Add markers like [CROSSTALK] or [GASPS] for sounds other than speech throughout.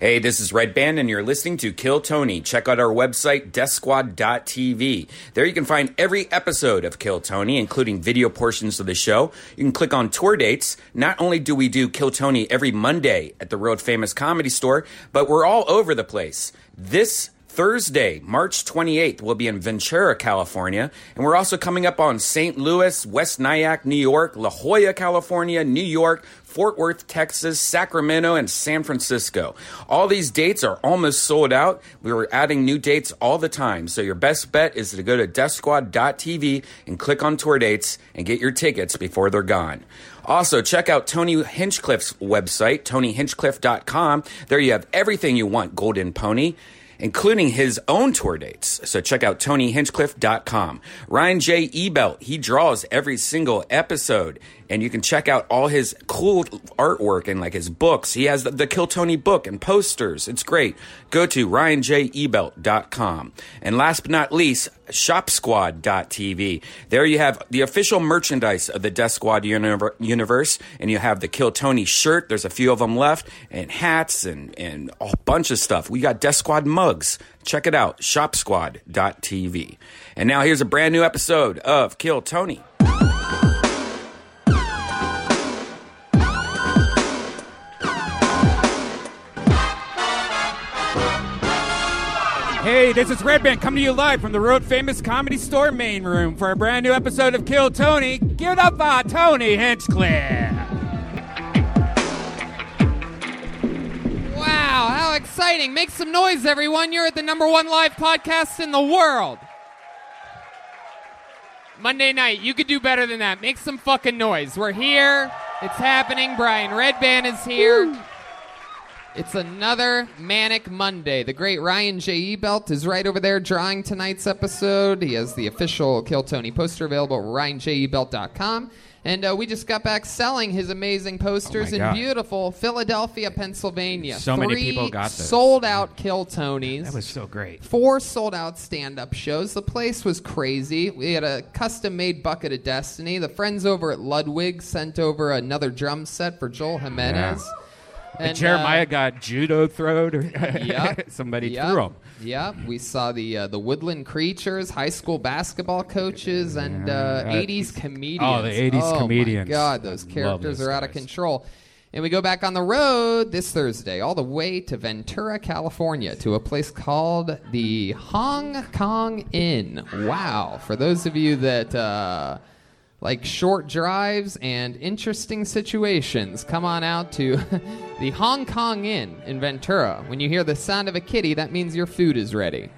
Hey, this is Red Band, and you're listening to Kill Tony. Check out our website, DeathSquad.tv. There you can find every episode of Kill Tony, including video portions of the show. You can click on tour dates. Not only do we do Kill Tony every Monday at the Road Famous Comedy Store, but we're all over the place. This Thursday, March 28th, we'll be in Ventura, California. And we're also coming up on St. Louis, West Nyack, New York, La Jolla, California, New York, Fort Worth, Texas, Sacramento, and San Francisco. All these dates are almost sold out. We were adding new dates all the time. So your best bet is to go to DeathSquad.tv and click on tour dates and get your tickets before they're gone. Also, check out Tony Hinchcliffe's website, TonyHinchcliffe.com. There you have everything you want, Golden Pony including his own tour dates. So check out TonyHinchcliffe.com. Ryan J. Ebelt, he draws every single episode, and you can check out all his cool artwork and like his books. He has the, the Kill Tony book and posters. It's great. Go to RyanJEbelt.com. And last but not least, ShopSquad.tv. There you have the official merchandise of the Death Squad univer- universe, and you have the Kill Tony shirt. There's a few of them left, and hats and, and a whole bunch of stuff. We got Death Squad mugs. Check it out, ShopSquad.tv. And now here's a brand new episode of Kill Tony. Hey, this is Red Band coming to you live from the Road Famous Comedy Store main room for a brand new episode of Kill Tony. Give it up for Tony Hinchcliffe. Wow, how exciting! Make some noise, everyone. You're at the number one live podcast in the world. Monday night, you could do better than that. Make some fucking noise. We're here. It's happening. Brian Redban is here. It's another manic Monday. The great Ryan J. E. Belt is right over there drawing tonight's episode. He has the official Kill Tony poster available at ryanjebelt.com. And uh, we just got back selling his amazing posters in God. beautiful Philadelphia, Pennsylvania. So many Three people got those. Sold out Kill Tonys. That was so great. Four sold out stand up shows. The place was crazy. We had a custom made bucket of destiny. The friends over at Ludwig sent over another drum set for Joel Jimenez. And, uh, Jeremiah got judo [LAUGHS] throwed. Or Yep. Somebody Yep. threw him. Yep. We saw the uh, the Woodland Creatures, high school basketball coaches, and uh, Yeah. 80s comedians. Oh, the 80s my comedians. God, those Love characters those are out of guys. control. And we go back on the road this Thursday, all the way to Ventura, California, to a place called the Hong Kong Inn. Wow. For those of you that. Uh, like short drives and interesting situations. Come on out to [LAUGHS] the Hong Kong Inn in Ventura. When you hear the sound of a kitty, that means your food is ready.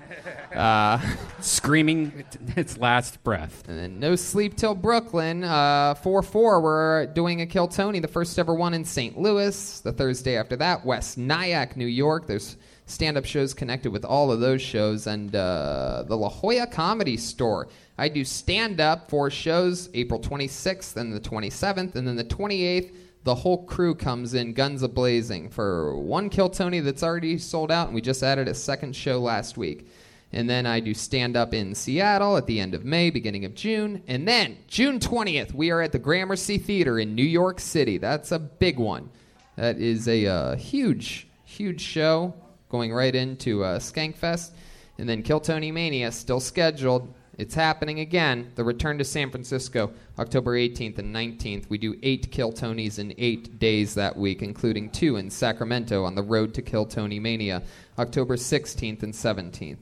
Uh, [LAUGHS] Screaming its last breath. And then No Sleep Till Brooklyn, uh, 4 4. We're doing a Kill Tony, the first ever one in St. Louis. The Thursday after that, West Nyack, New York. There's stand up shows connected with all of those shows. And uh, the La Jolla Comedy Store. I do stand up for shows April 26th and the 27th. And then the 28th, the whole crew comes in guns a blazing for one Kill Tony that's already sold out. And we just added a second show last week. And then I do stand up in Seattle at the end of May, beginning of June. And then June 20th, we are at the Gramercy Theater in New York City. That's a big one. That is a uh, huge, huge show going right into uh, Skankfest. And then Kill Tony Mania, still scheduled. It's happening again. The return to San Francisco, October 18th and 19th. We do eight Kill Tonys in eight days that week, including two in Sacramento on the road to Kill Tony Mania, October 16th and 17th.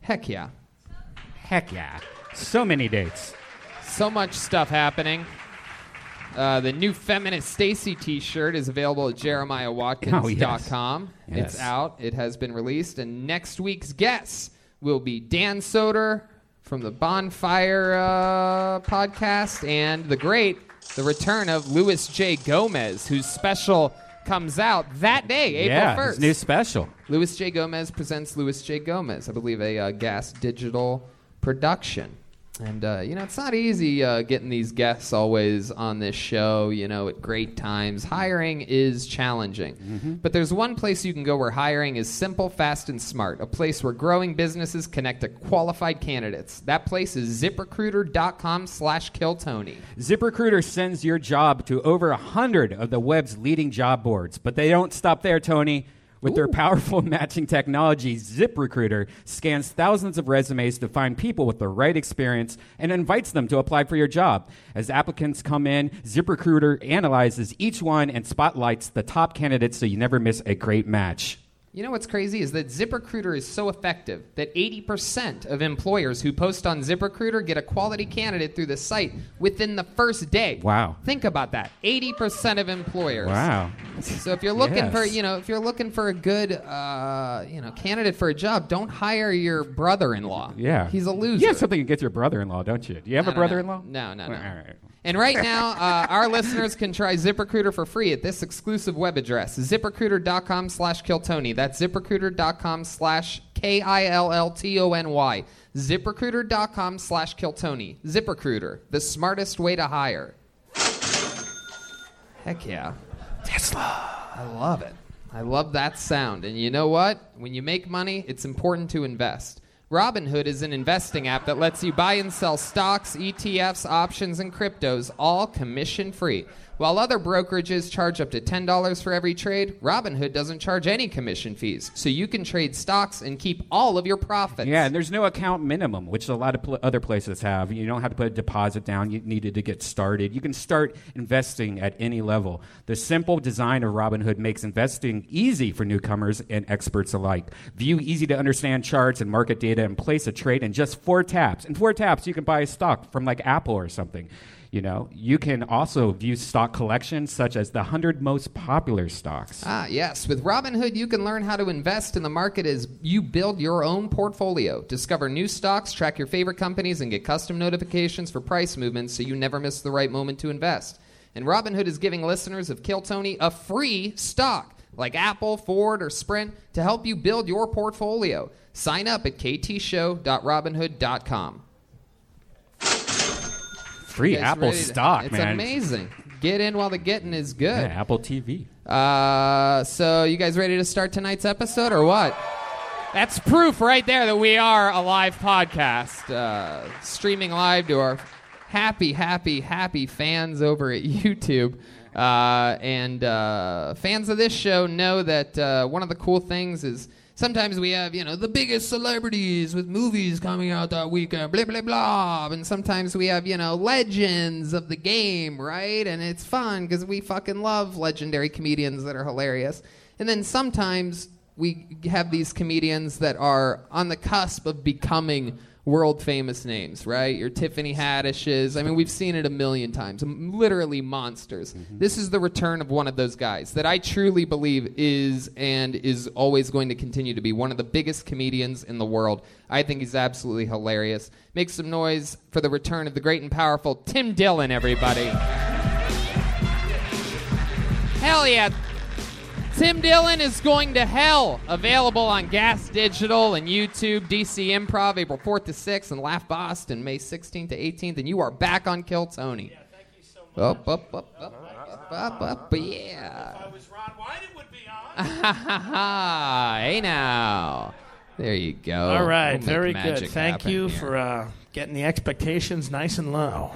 Heck yeah. Heck yeah. So many dates. So much stuff happening. Uh, the new feminist Stacy T-shirt is available at jeremiahwatkins.com. Oh, Yes. It's out. It has been released, and next week's guest will be Dan Soder from the Bonfire uh, podcast and the great, the return of Louis J. Gomez, whose special comes out that day, April yeah, his first. new special. Louis J. Gomez presents Louis J. Gomez, I believe a uh, Gas Digital production. And, uh, you know, it's not easy uh, getting these guests always on this show, you know, at great times. Hiring is challenging. But there's one place you can go where hiring is simple, fast, and smart. A place where growing businesses connect to qualified candidates. That place is ziprecruiter.com slash killtony. ZipRecruiter sends your job to over 100 of the web's leading job boards, but they don't stop there, Tony. With their powerful [LAUGHS] matching technology, ZipRecruiter scans thousands of resumes to find people with the right experience and invites them to apply for your job. As applicants come in, ZipRecruiter analyzes each one and spotlights the top candidates so you never miss a great match. You know what's crazy is that ZipRecruiter is so effective that 80% of employers who post on ZipRecruiter get a quality candidate through the site within the first day. Wow. Think about that. 80% of employers. Wow. So if you're looking for, Yes. you know, if you're looking for a good, uh, you know, candidate for a job, don't hire your brother-in-law. Yeah. He's a loser. You have something against your brother in law, don't you? Do you have No, a no, brother in law? No, no, no. All right. And right now, uh, our listeners can try ZipRecruiter for free at this exclusive web address, ziprecruiter.com slash Kiltony. That's ziprecruiter.com slash K-I-L-L-T-O-N-Y. ZipRecruiter.com slash Kiltony. ZipRecruiter, the smartest way to hire. Heck yeah. Tesla. I love it. I love that sound. And you know what? When you make money, it's important to invest. Robinhood is an investing app that lets you buy and sell stocks, ETFs, options, and cryptos, all commission free. While other brokerages charge up to $10 for every trade, Robinhood doesn't charge any commission fees, so you can trade stocks and keep all of your profits. Yeah, and there's no account minimum, which a lot of pl- other places have. You don't have to put a deposit down. You needed to get started. You can start investing at any level. The simple design of Robinhood makes investing easy for newcomers and experts alike. View easy to understand charts and market data and place a trade in just four taps. In four taps, you can buy a stock from like Apple or something. You know, you can also view stock collections such as the 100 most popular stocks. Ah, yes. With Robinhood, you can learn how to invest in the market as you build your own portfolio. Discover new stocks, track your favorite companies, and get custom notifications for price movements so you never miss the right moment to invest. And Robinhood is giving listeners of Kill Tony a free stock like Apple, Ford, or Sprint to help you build your portfolio. Sign up at ktshow.robinhood.com. Free Guys Apple ready to- stock, it's man. amazing. Get in while the getting is Yeah, good. Apple TV. Uh, so you guys ready to start tonight's episode or what? That's proof right there that we are a live podcast, uh, streaming live to our happy, happy, happy fans over at YouTube. Uh, and uh, fans of this show know that uh, one of the cool things is sometimes we have, you know, the biggest celebrities with movies coming out that weekend, blah, blah, blah. And sometimes we have, you know, legends of the game, right? And it's fun because we fucking love legendary comedians that are hilarious. And then sometimes we have these comedians that are on the cusp of becoming world famous names, right? Your Tiffany Haddishes. I mean, we've seen it a million times. M- Literally monsters. This is the return of one of those guys that I truly believe is and is always going to continue to be one of the biggest comedians in the world. I think he's absolutely hilarious. Make some noise for the return of the great and powerful Tim Dillon, everybody. Hell yeah. Tim Dillon is going to hell. Available on Gas Digital and YouTube, DC Improv, April 4th to 6th, and Laugh Boston, May 16th to 18th. And you are back on Kill Tony. Up, up, up, up, up, up, up, yeah. I was Ron Wyden would be on. [LAUGHS] hey now. There you go. All right, We'll make very magic good. Thank happen you here. for uh, getting the expectations nice and low.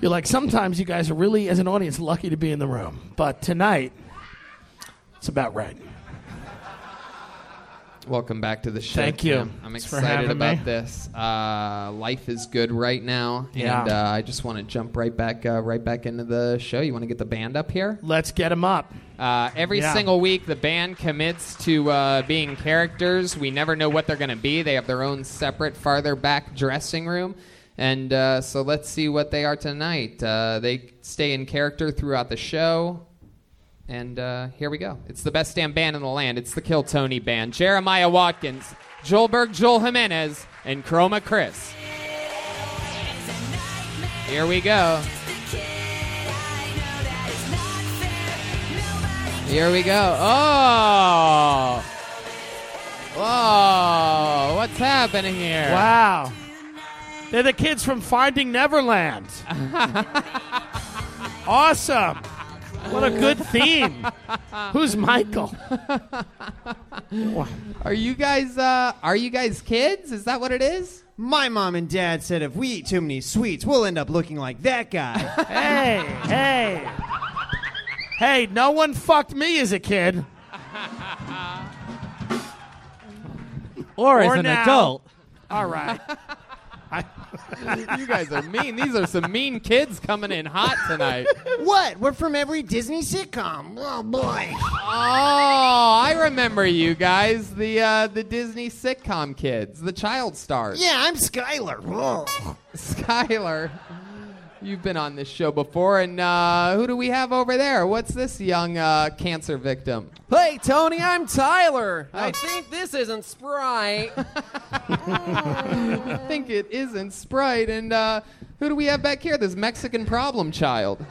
You're like sometimes you guys are really, as an audience, lucky to be in the room, but tonight it's about right. Welcome back to the show. Thank you. Tim. I'm Thanks for excited having about me. this. Uh, life is good right now, Yeah. and uh, I just want to jump right back, uh, right back into the show. You want to get the band up here? Let's get him up. Uh, every Yeah. single week, the band commits to uh, being characters. We never know what they're going to be. They have their own separate, farther back dressing room. And uh, so let's see what they are tonight. Uh, they stay in character throughout the show. And uh, here we go. It's the best damn band in the land. It's the Kill Tony Band. Jeremiah Watkins, Joel Berg, Joel Jimenez, and Chroma Chris. Here we go. Here we go. Oh. [LAUGHS] Oh, what's happening here? Wow. They're the kids from Finding [LAUGHS] Neverland. awesome. What a good theme. Who's Michael? Are you guys uh are you guys kids? Is that what it is? My mom and dad said if we eat too many sweets, we'll end up looking like [LAUGHS] that guy. [LAUGHS] Hey, hey. Hey, no one fucked me as a kid. [LAUGHS] Or, Or as an now. adult. [LAUGHS] [LAUGHS] All right. you guys are mean. These are some mean kids coming in hot [LAUGHS] tonight. What? We're from every Disney sitcom. Oh boy. Oh, I remember you guys, the uh, the Disney sitcom kids, the child stars. Yeah, I'm Skylar. Whoa. [LAUGHS] Skylar, you've been on this show before, and uh, who do we have over there? What's this young uh, cancer victim? Hey, Tony, I'm Tyler. Oh. I think this isn't [LAUGHS] Sprite. I think it isn't Sprite, and uh, who do we have back here? This Mexican problem child.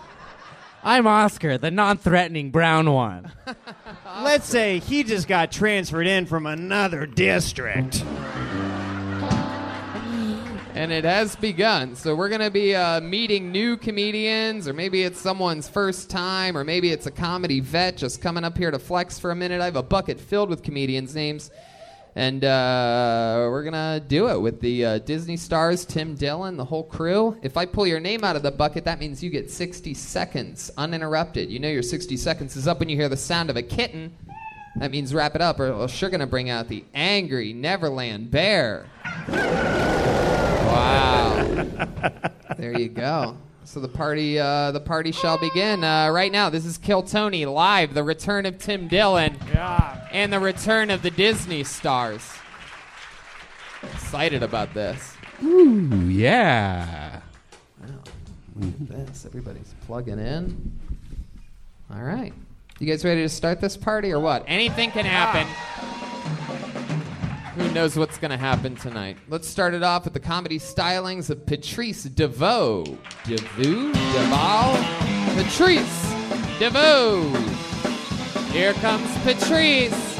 I'm Oscar, the non threatening brown one. Let's say he just got transferred in from another district. And it has begun. So we're going to be uh, meeting new comedians, or maybe it's someone's first time, or maybe it's a comedy vet just coming up here to flex for a minute. I have a bucket filled with comedians' names. And uh, we're going to do it with the uh, Disney stars, Tim Dillon, the whole crew. If I pull your name out of the bucket, that means you get 60 seconds uninterrupted. You know your 60 seconds is up when you hear the sound of a kitten. That means wrap it up, or else you're going to bring out the angry Neverland bear. Wow. [LAUGHS] there you go. So the party, uh, the party shall begin uh, right now. This is Kill Tony live. The return of Tim Dillon and the return of the Disney stars. Excited about this. Ooh, yeah. This everybody's plugging in. All right, you guys ready to start this party or what? Anything can happen. Who knows what's going to happen tonight? Let's start it off with the comedy stylings of Patrice DeVoe. DeVoe? DeVal? Patrice DeVoe. Here comes Patrice.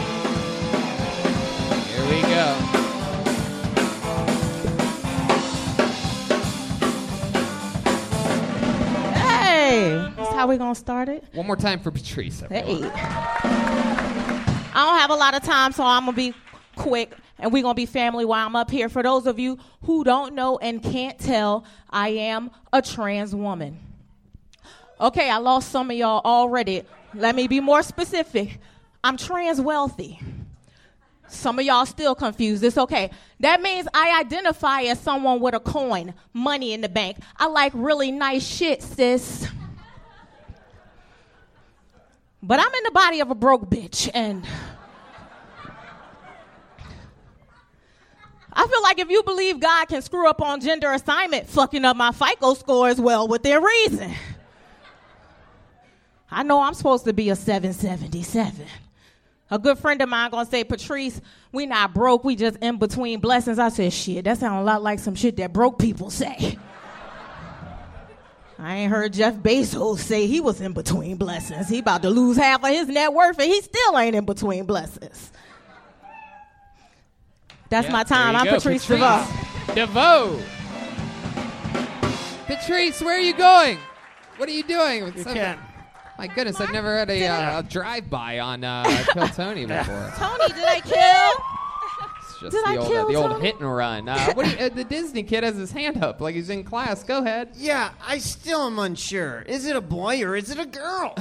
Here we go. Hey, that's how we gonna start it. One more time for Patrice. Hey, everyone. I don't have a lot of time, so I'm gonna be quick, and we're gonna be family while I'm up here. For those of you who don't know and can't tell, I am a trans woman. Okay, I lost some of y'all already. Let me be more specific. I'm trans wealthy. Some of y'all still confused. It's okay. That means I identify as someone with a coin, money in the bank. I like really nice shit, sis. But I'm in the body of a broke bitch, and I feel like if you believe God can screw up on gender assignment, fucking up my FICO scores, well, with their reason. I know I'm supposed to be a 777. A good friend of mine gonna say, Patrice, we not broke, we just in between blessings. I said, shit, that sounds a lot like some shit that broke people say. I ain't heard Jeff Bezos say he was in between blessings. He about to lose half of his net worth and he still ain't in between blessings. That's my time. There I'm you go, Patrice, DeVos. DeVoe. Patrice, where are you going? What are you doing? With You some- can. My goodness, I've never had a, uh, a drive-by on uh, [LAUGHS] Kill Tony before. Tony, did I kill? It's just Did the I old, uh, kill the old Tony? hit and [LAUGHS] run. Uh, what do you, uh, the Disney kid has his hand up like he's in class. Go ahead. Yeah, I still am unsure. Is it a boy or is it a girl?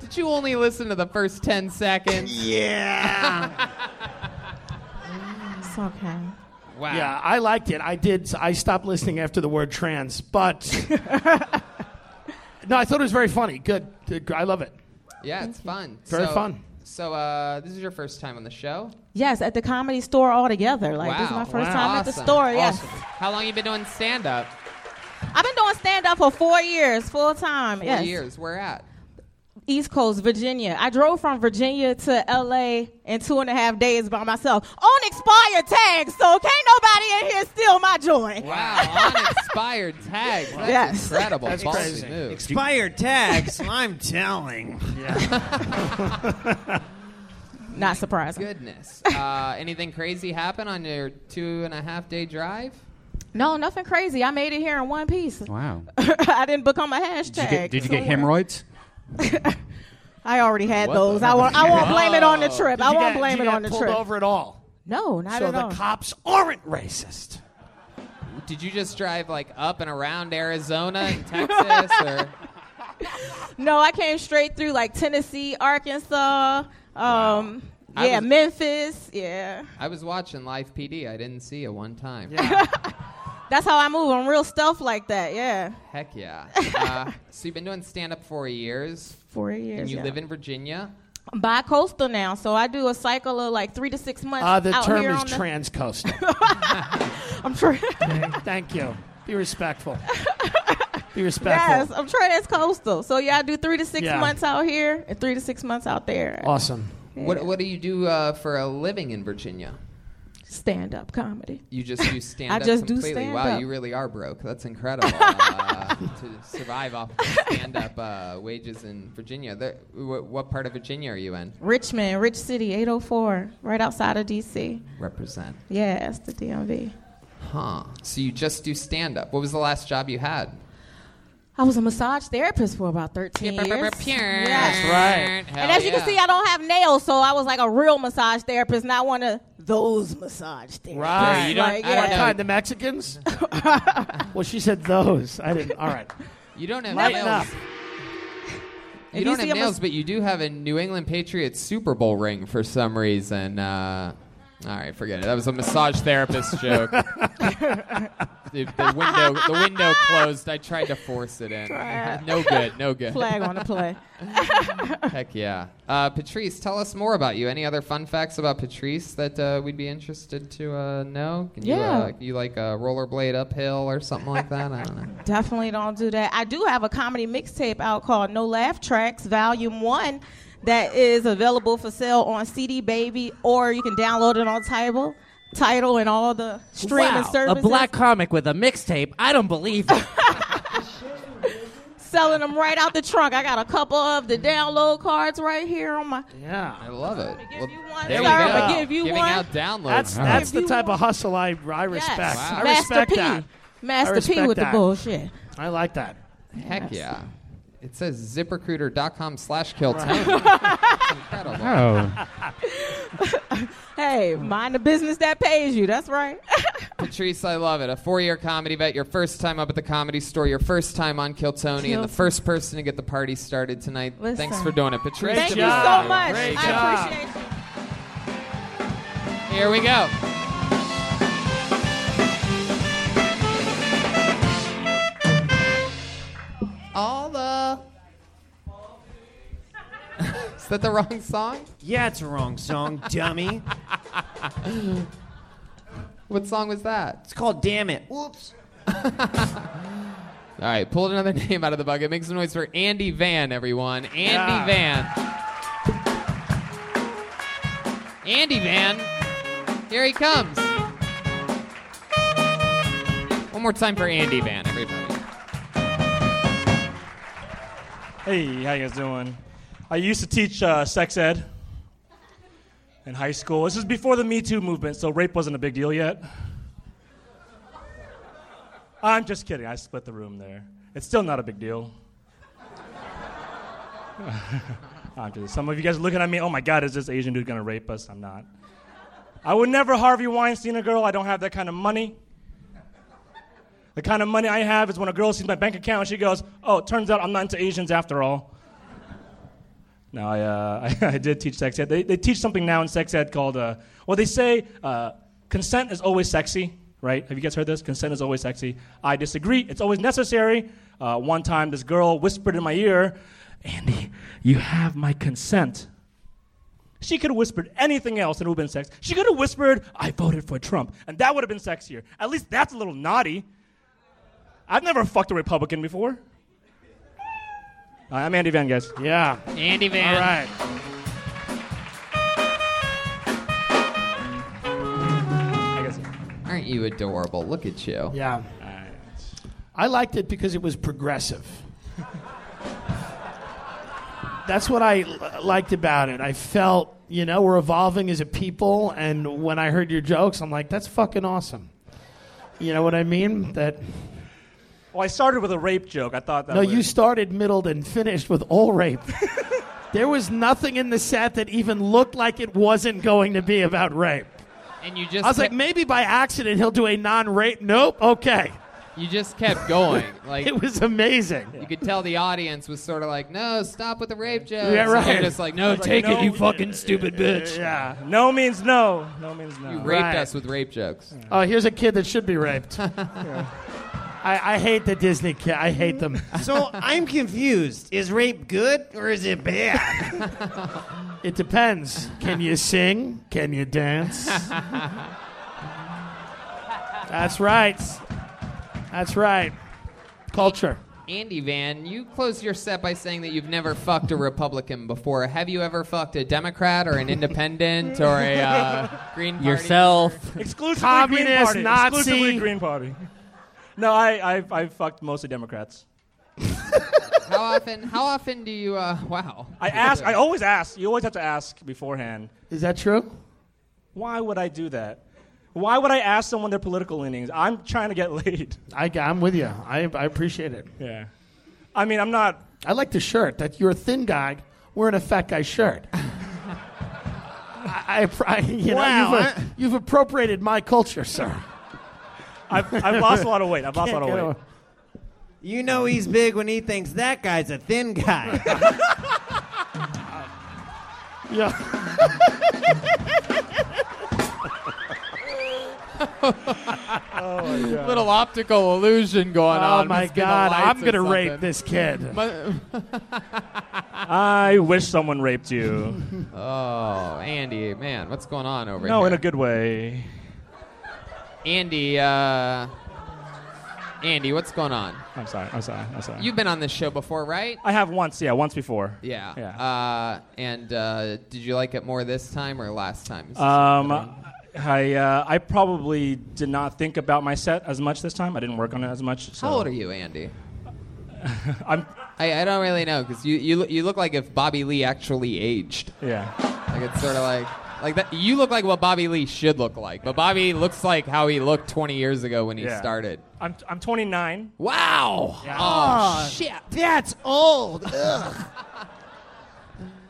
Did you only listen to the first 10 seconds? yeah. It's okay. Wow. Yeah, I liked it. I did. I stopped listening after the word trans, but no, I thought it was very funny. Good. Good. I love it. [LAUGHS] Yeah, it's fun. Very So- fun. So uh, this is your first time on the show. Yes, at the comedy store altogether. Like wow. this is my first Wow. time at the Awesome. store. Yes, Awesome. How long you been doing stand-up? I've been doing stand up for four years, full time. Four yes, years. Where at? East Coast, Virginia. I drove from Virginia to L.A. in two and a half days by myself on expired tags. So can't nobody in here steal my joy. Wow, unexpired tags. That's Yes. incredible. That's Ballsy crazy. move. Expired tags, I'm telling. [LAUGHS] Not surprising. Goodness. Uh, anything crazy happen on your two and a half day drive? [LAUGHS] No, nothing crazy. I made it here in one piece. Wow. [LAUGHS] I didn't become a hashtag. Did you get, did you get somewhere. hemorrhoids? I already had What those. the- I won't. I won't blame it on the trip. I You won't got- blame you it got on the pulled trip. over at all. No, not so at the all. cops aren't racist. [LAUGHS] Did you just drive like up and around Arizona and Texas? Or no, I came straight through like Tennessee, Arkansas, um, I yeah, was- Memphis. Yeah, I was watching Live PD. I didn't see you one time. that's how I move. on real stuff like that. Yeah, [LAUGHS] Heck yeah. Uh, so you've been doing stand up for years, four years. and you yeah. live in Virginia. bi-coastal now, so I do a cycle of like three to six months. Uh, the out term here is on the- transcoastal. [LAUGHS] I'm tra- Thank you. Be respectful. Be yes, respectful. I'm transcoastal. So yeah, I do three to six Yeah. months out here and three to six months out there. Awesome. What What do you do uh, for a living in Virginia? Stand up comedy. You just [LAUGHS] do stand up just do completely. wow, stand-up. you really are broke. That's incredible uh, [LAUGHS] to survive off of stand up uh, wages in Virginia. There, wh- what part of Virginia are you in? Richmond, Rich City, 804, right outside of DC. Represent. Yes, the DMV. Huh. So you just do stand up. What was the last job you had? I was a massage therapist for about 13 years. Yes. right. And as you can see, I don't have nails, so I was like a real massage therapist, not one of those massage therapists. Right. You don't- Like, I don't What know. kind? [LAUGHS] The Mexicans? well, she said those. I didn't. All right. you don't have Lighten nails. up. You If you don't see have a nails, mas- but you do have a New England Patriots Super Bowl ring for some reason. Uh, all right, forget it. That was a [LAUGHS] massage therapist joke. the, the window, the window closed. I tried to force it in. No good. No good. Flag on the play. [LAUGHS] Heck yeah. Uh, Patrice, tell us more about you. Any other fun facts about Patrice that uh, we'd be interested to uh, know? Can You, Yeah. uh, you like uh, rollerblade uphill or something like that? I [LAUGHS] don't know. Definitely don't do that. I do have a comedy mixtape out called No Laugh Tracks Volume 1 that is available for sale on CD Baby or you can download it on Tidal, Tidal and all the streaming wow, services. A black comic with a mixtape. I don't believe [LAUGHS] it. selling them right out the trunk. I got a couple of the download cards right here on my I Yeah. love it. Give Well, you one, there sir. we go. I'ma give you Giving one. out downloads. That's Wow. that's If the you type want- of hustle I I respect. Yes. I Master respect P. that. Master P respect with that. the bullshit. I like that. Heck yeah. It says ziprecruiter.com slash kill [LAUGHS] Tony. incredible. Oh, Hey, mind the business that pays you. That's right. Patrice, I love it. A four year comedy vet, your first time up at the comedy store, your first time on Kill Tony, and the Kill- first person to get the party started tonight. Listen. Thanks for doing it, Patrice. Thank you so job. much. Great I job. appreciate you. Here we go. All the. [LAUGHS] Is that [LAUGHS] the wrong song? Yeah, it's a wrong song, dummy. [LAUGHS] What song was that? It's called Damn It. Whoops. All right, pulled another [LAUGHS] name out of the bucket. Make some noise for Andy Van, everyone. Andy Yeah. Van. Andy Van. Here he comes. One more time for Andy Van, everybody. Hey, how you guys doing? I used to teach uh, sex ed in high school. This is before the Me Too movement, so rape wasn't a big deal yet. I'm just kidding. I split the room there. It's still not a big deal. [LAUGHS] I'm just- some of you guys are looking at me. Oh my God, is this Asian dude gonna rape us? I'm not. I would never Harvey Weinstein a girl. I don't have that kind of money. The kind of money I have is when a girl sees my bank account and she goes, "Oh, it turns out I'm not into Asians after all." [LAUGHS] No, I, uh, [LAUGHS] I, did teach sex ed. They, they teach something now in sex ed called, uh, well, they say uh, consent is always sexy, right? Have you guys heard this? Consent is always sexy. I disagree. It's always necessary. Uh, one time, this girl whispered in my ear, Andy, you have my consent. She could have whispered anything else and it would have been sex. She could have whispered, I voted for Trump, and that would have been sexier. At least that's a little naughty. I've never fucked a Republican before. Uh, I'm Andy Van, guys. Yeah. Andy Van. All right. I guess. Aren't you adorable? Look at you. Yeah. I liked it because it was progressive. [LAUGHS] That's what I l- liked about it. I felt, you know, we're evolving as a people, and when I heard your jokes, I'm like, that's fucking awesome. You know what I mean? That Well, I started with a rape joke. I thought that. no, was, you started, middled, and finished with all rape. there was nothing in the set that even looked like it wasn't going to be about rape. And you just I was like, kept- maybe by accident he'll do a non-rape. Nope. Okay. You just kept [LAUGHS] going. Like It was amazing. you could tell the audience was sort of like, "No, stop with the rape jokes." Yeah, And you're right. just like, "No, Like, take no- it, you fucking stupid [LAUGHS] bitch." Yeah. No means no. No means no. You raped Right. us with rape jokes. Oh, here's a kid that should be [LAUGHS] raped. I, I hate the Disney kid. I hate them. [LAUGHS] So I'm confused. Is rape good or is it bad? [LAUGHS] It depends. Can you sing? Can you dance? That's right. That's right. Culture. Andy Van, you closed your set by saying that you've never fucked a Republican before. Have you ever fucked a Democrat or an Independent or [LAUGHS] a uh, Green Party? Yourself. Exclusively Green Communist, Party. Nazi. Exclusively Green Party. No, I, I, I fucked mostly Democrats. How often? How often do you? Uh, wow. I ask. [LAUGHS] I always ask. You always have to ask beforehand. Is that true? Why would I do that? Why would I ask someone their political leanings? I'm trying to get laid. I, I'm with you. I, I appreciate it. Yeah. I mean, I'm not. I like the shirt. That you're a thin guy wearing a fat guy shirt. [LAUGHS] I, I, I- you Wow, know, you've, uh, I- you've appropriated my [LAUGHS] culture, sir. I've, I've lost a lot of weight. I've lost a lot Can't of weight. get You know he's big when he thinks that guy's a thin [LAUGHS] guy. away- Yeah. Little optical illusion going Oh on. my Must be the God! lights I'm or gonna rape something. this kid. I wish someone raped you. [LAUGHS] Oh, Andy, man, what's going on over no, here? in a good way. Andy, uh, Andy, what's going on? I'm sorry. I'm sorry. I'm sorry. You've been on this show before, right? I have once. Yeah, once before. Yeah. Yeah. Uh, and uh, did you like it more this time or last time? Um, I uh, I probably did not think about my set as much this time. I didn't work on it as much. So. How old are you, Andy? I'm. I, I don't really know because you, you lo- you look like if Bobby Lee actually aged. Yeah. Like it's sort of like like that. You look like what Bobby Lee should look like, but Bobby looks like how he looked 20 years ago when he Yeah. started. I'm I'm 29. Wow. Ah, Oh shit. That's old.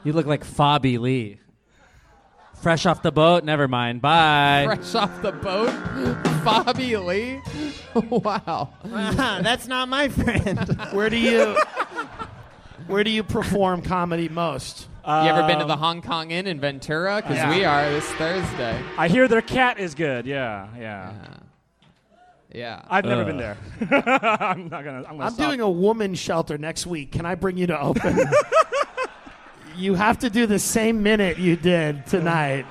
You look like Fobby Lee. Fresh off the boat. Never mind. Bye. Fresh off the boat, Bobby Lee. wow. That's not my friend. [LAUGHS] Where do you Where do you perform comedy most? you ever been to the Hong Kong Inn in Ventura? Because Um, Yeah. we are this Thursday. I hear their cat is good. Yeah. Yeah. Yeah. I've never been there. [LAUGHS] I'm not gonna. I'm gonna. Uh, I'm stop. doing a woman shelter next week. Can I bring you to [LAUGHS] open? you have to do the same minute you did tonight.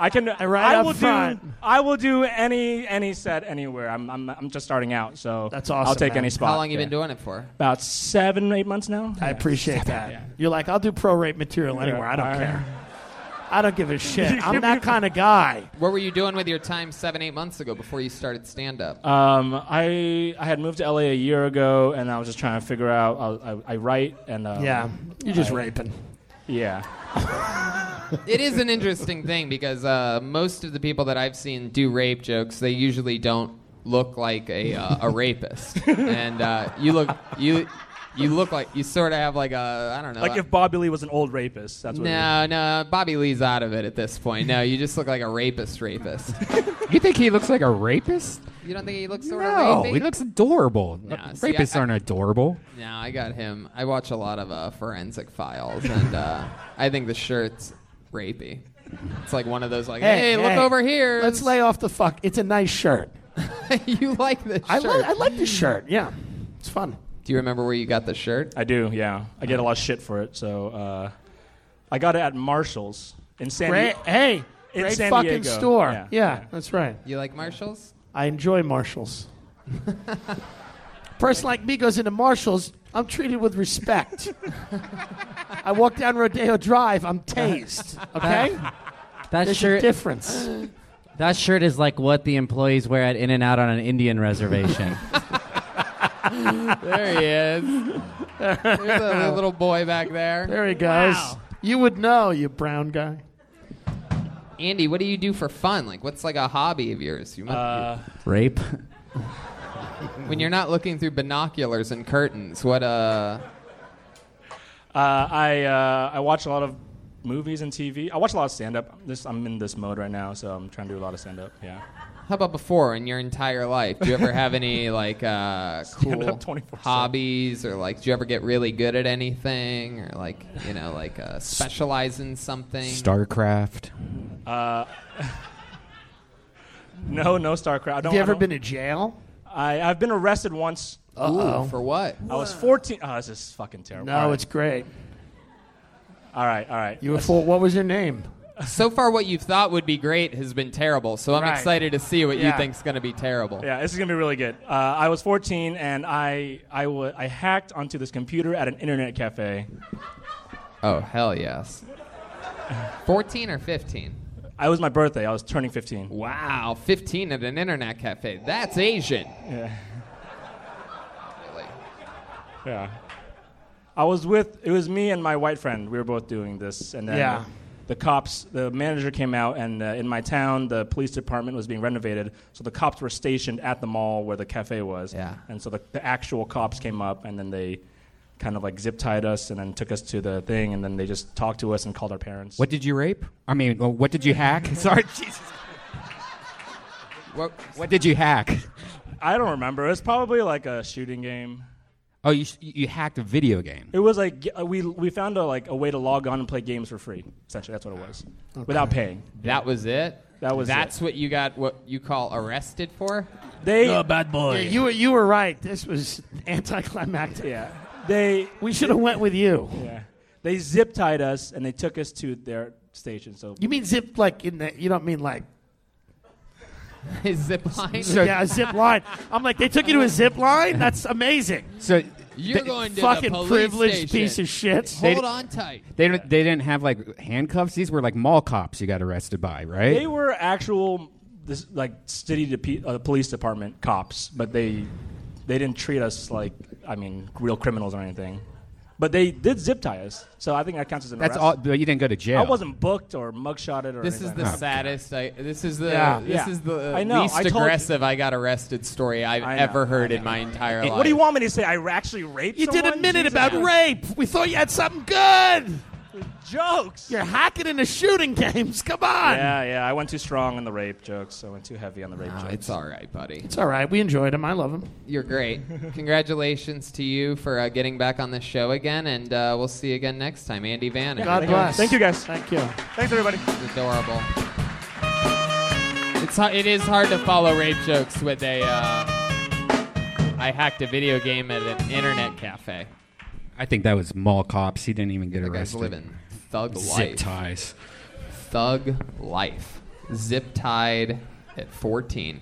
I can. right I up will front. do. I will do any any set anywhere. I'm I'm I'm just starting out, so That's awesome, I'll take man. any spot. How long you Yeah. been doing it for? About seven, eight months now. I appreciate that. You're like, I'll do pro rape material anywhere. I don't All right. care. I don't [LAUGHS] give a shit. I'm that kind of guy. What were you doing with your time seven, eight months ago before you started stand up? Um, I I had moved to LA a year ago, and I was just trying to figure out. I, I, I write and um, Yeah, you're just raping. yeah. it is an interesting thing because uh, most of the people that I've seen do rape jokes, they usually don't look like a, uh, [LAUGHS] a rapist. and uh, you look you you look like you sort of have like a I don't know. Like if Bobby Lee was an old rapist, that's what. it is. no, no, Bobby Lee's out of it at this point. No, you just look like a rapist, rapist. You think he looks like a rapist? You don't think he looks sort No, of rapey? he looks adorable. Nah, see, Rapists I- I- aren't adorable. No, I got him. I watch a lot of uh, forensic files, and [LAUGHS] uh, I think the shirt's rapey. It's like one of those like, hey, look over here. Let's lay off the fuck. It's a nice shirt. [LAUGHS] you like this shirt? I, li- I like the shirt. Yeah, it's fun. Do you remember where you got the shirt? I do. Yeah, I get a lot of shit for it. So uh, I got it at Marshalls in San. Great. Hey, In great San fucking Diego. store. Yeah. yeah, that's right. You like Marshalls? I enjoy [LAUGHS] Marshalls. Person like me goes into Marshalls, I'm treated with [LAUGHS] respect. I walk down Rodeo Drive, I'm [LAUGHS] tased. Okay, That there's a shirt. [LAUGHS] difference. That shirt is like what the employees wear at In and Out on an [LAUGHS] Indian reservation. There he is. There's [LAUGHS] a little boy back there. There he goes. You would know, you brown guy. Andy, what do you do for fun? Like, what's like a hobby of yours? You must, Rape. Uh, [LAUGHS] when you're not looking through binoculars and curtains, what uh? Uh, I uh, I watch a lot of movies and TV. I watch a lot of stand up. This I'm in this mode right now, so I'm trying to do a lot of stand up. Yeah. How about before in your entire life? Do you ever have [LAUGHS] any like uh, cool up 24/7. hobbies or like? Do you ever get really good at anything or like you know like uh, specialize in something? StarCraft. Uh, [LAUGHS] No, no StarCraft. I don't, Have you I ever don't- been to jail? I, I've been arrested once. Ooh, for what? I was 14. Oh, this is fucking terrible. No, all right. it's great. all right, all right. You were fool. What was your name? So far, what you thought would be great has been terrible. So I'm Right. excited to see what you Yeah. think's going to be terrible. Yeah, this is gonna be really good. Uh, I was 14 and I I wa- I hacked onto this computer at an internet cafe. Oh hell yes. Fourteen or fifteen? I was my birthday. I was turning 15. Wow, fifteen at an internet cafe. That's Asian. Really. Yeah. I was with it was me and my white friend. We were both doing this, and then Yeah. the cops, the manager came out, and uh, in my town, the police department was being renovated, so the cops were stationed at the mall where the cafe was. Yeah. And so the, the actual cops came up, and then they kind of like zip tied us, and then took us to the thing, and then they just talked to us and called our parents. What did you rape? I mean, well, what did you hack? [LAUGHS] Sorry, Jesus. What, What did you hack? I don't remember. It was probably like a shooting game. Oh, you, you hacked a video game. It was like g- uh, we we found a like a way to log on and play games for free. Essentially, that's what it was, without paying. that was it. That was That's what you got. What you call arrested for? They bad boy. Yeah, you were you were right. This was anticlimactic. yeah they We should have went with you. Yeah. They zip tied us and they took us to their station. So You mean zip like in the? You don't mean like His zip line. yeah, a zip line. I'm like they took you to a zip line. That's amazing. So You're going to Fucking the police privileged station. piece of shit. Hold on tight. they, don't- they didn't have like handcuffs. These were like mall cops you got arrested by, right? they were actual this like city depe uh, police department cops, but they they didn't treat us like I mean real criminals or anything. But they did zip tie us, so I think that counts as an That's all. arrest. But you didn't go to jail. I wasn't booked or mugshotted or This is anything. the saddest. I, this is the Yeah, this yeah. is the I know, least I told you. aggressive I got arrested story I've I know, ever heard I in my entire life. What do you want me to say? I actually raped You did a someone? minute Jesus. about rape. We thought you had something good. jokes. You're hacking into shooting games. Come on. Yeah, yeah. I went too strong on the rape jokes. I went too heavy on the rape Oh, jokes. it's all right, buddy. It's all right. We enjoyed him. I love him. You're [LAUGHS] great. Congratulations to you for uh, getting back on the show again, and uh, we'll see you again next time. Andy Vannon, God Thank you. bless. Thank you guys. Thank you. Thanks everybody. It's adorable. It's hu- it is hard to follow rape jokes with a. Uh, I hacked a video game at an internet cafe. I think that was mall cops. He didn't even get The guy's arrested. living thug Zip life. ties. Thug life. Zip tied at 14.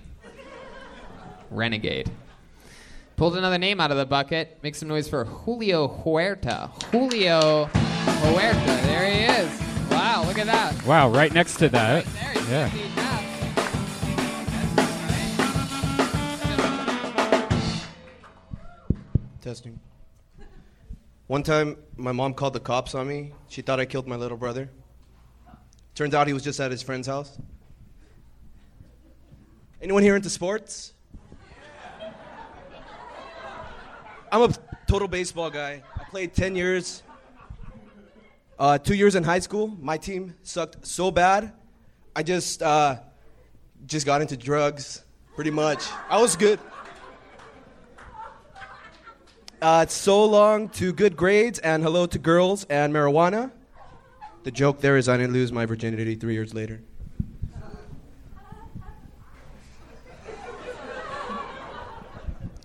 Renegade. Pulled another name out of the bucket. Make some noise for Julio Huerta. Julio Huerta. There he is. Wow, look at that. Wow, right next to that. There he's Yeah. sitting down. Testing. [LAUGHS] One time, my mom called the cops on me. She thought I killed my little brother. Turns out he was just at his friend's house. Anyone here into sports? [LAUGHS] I'm a total baseball guy. I played 10 years. Uh, two years in high school, my team sucked so bad. I just uh, just got into drugs, pretty much. I was good. Uh, it's so long to good grades and hello to girls and marijuana. The joke there is I didn't lose my virginity three years later.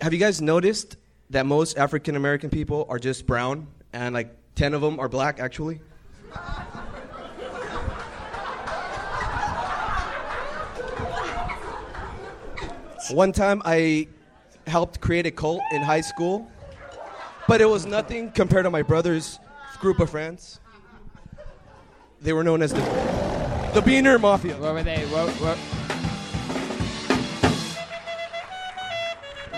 Have you guys noticed that most African American people are just brown and like 10 of them are black actually? One time I helped create a cult in high school but it was nothing compared to my brother's group of friends. They were known as the, the Beaner Mafia. What were they? What, what,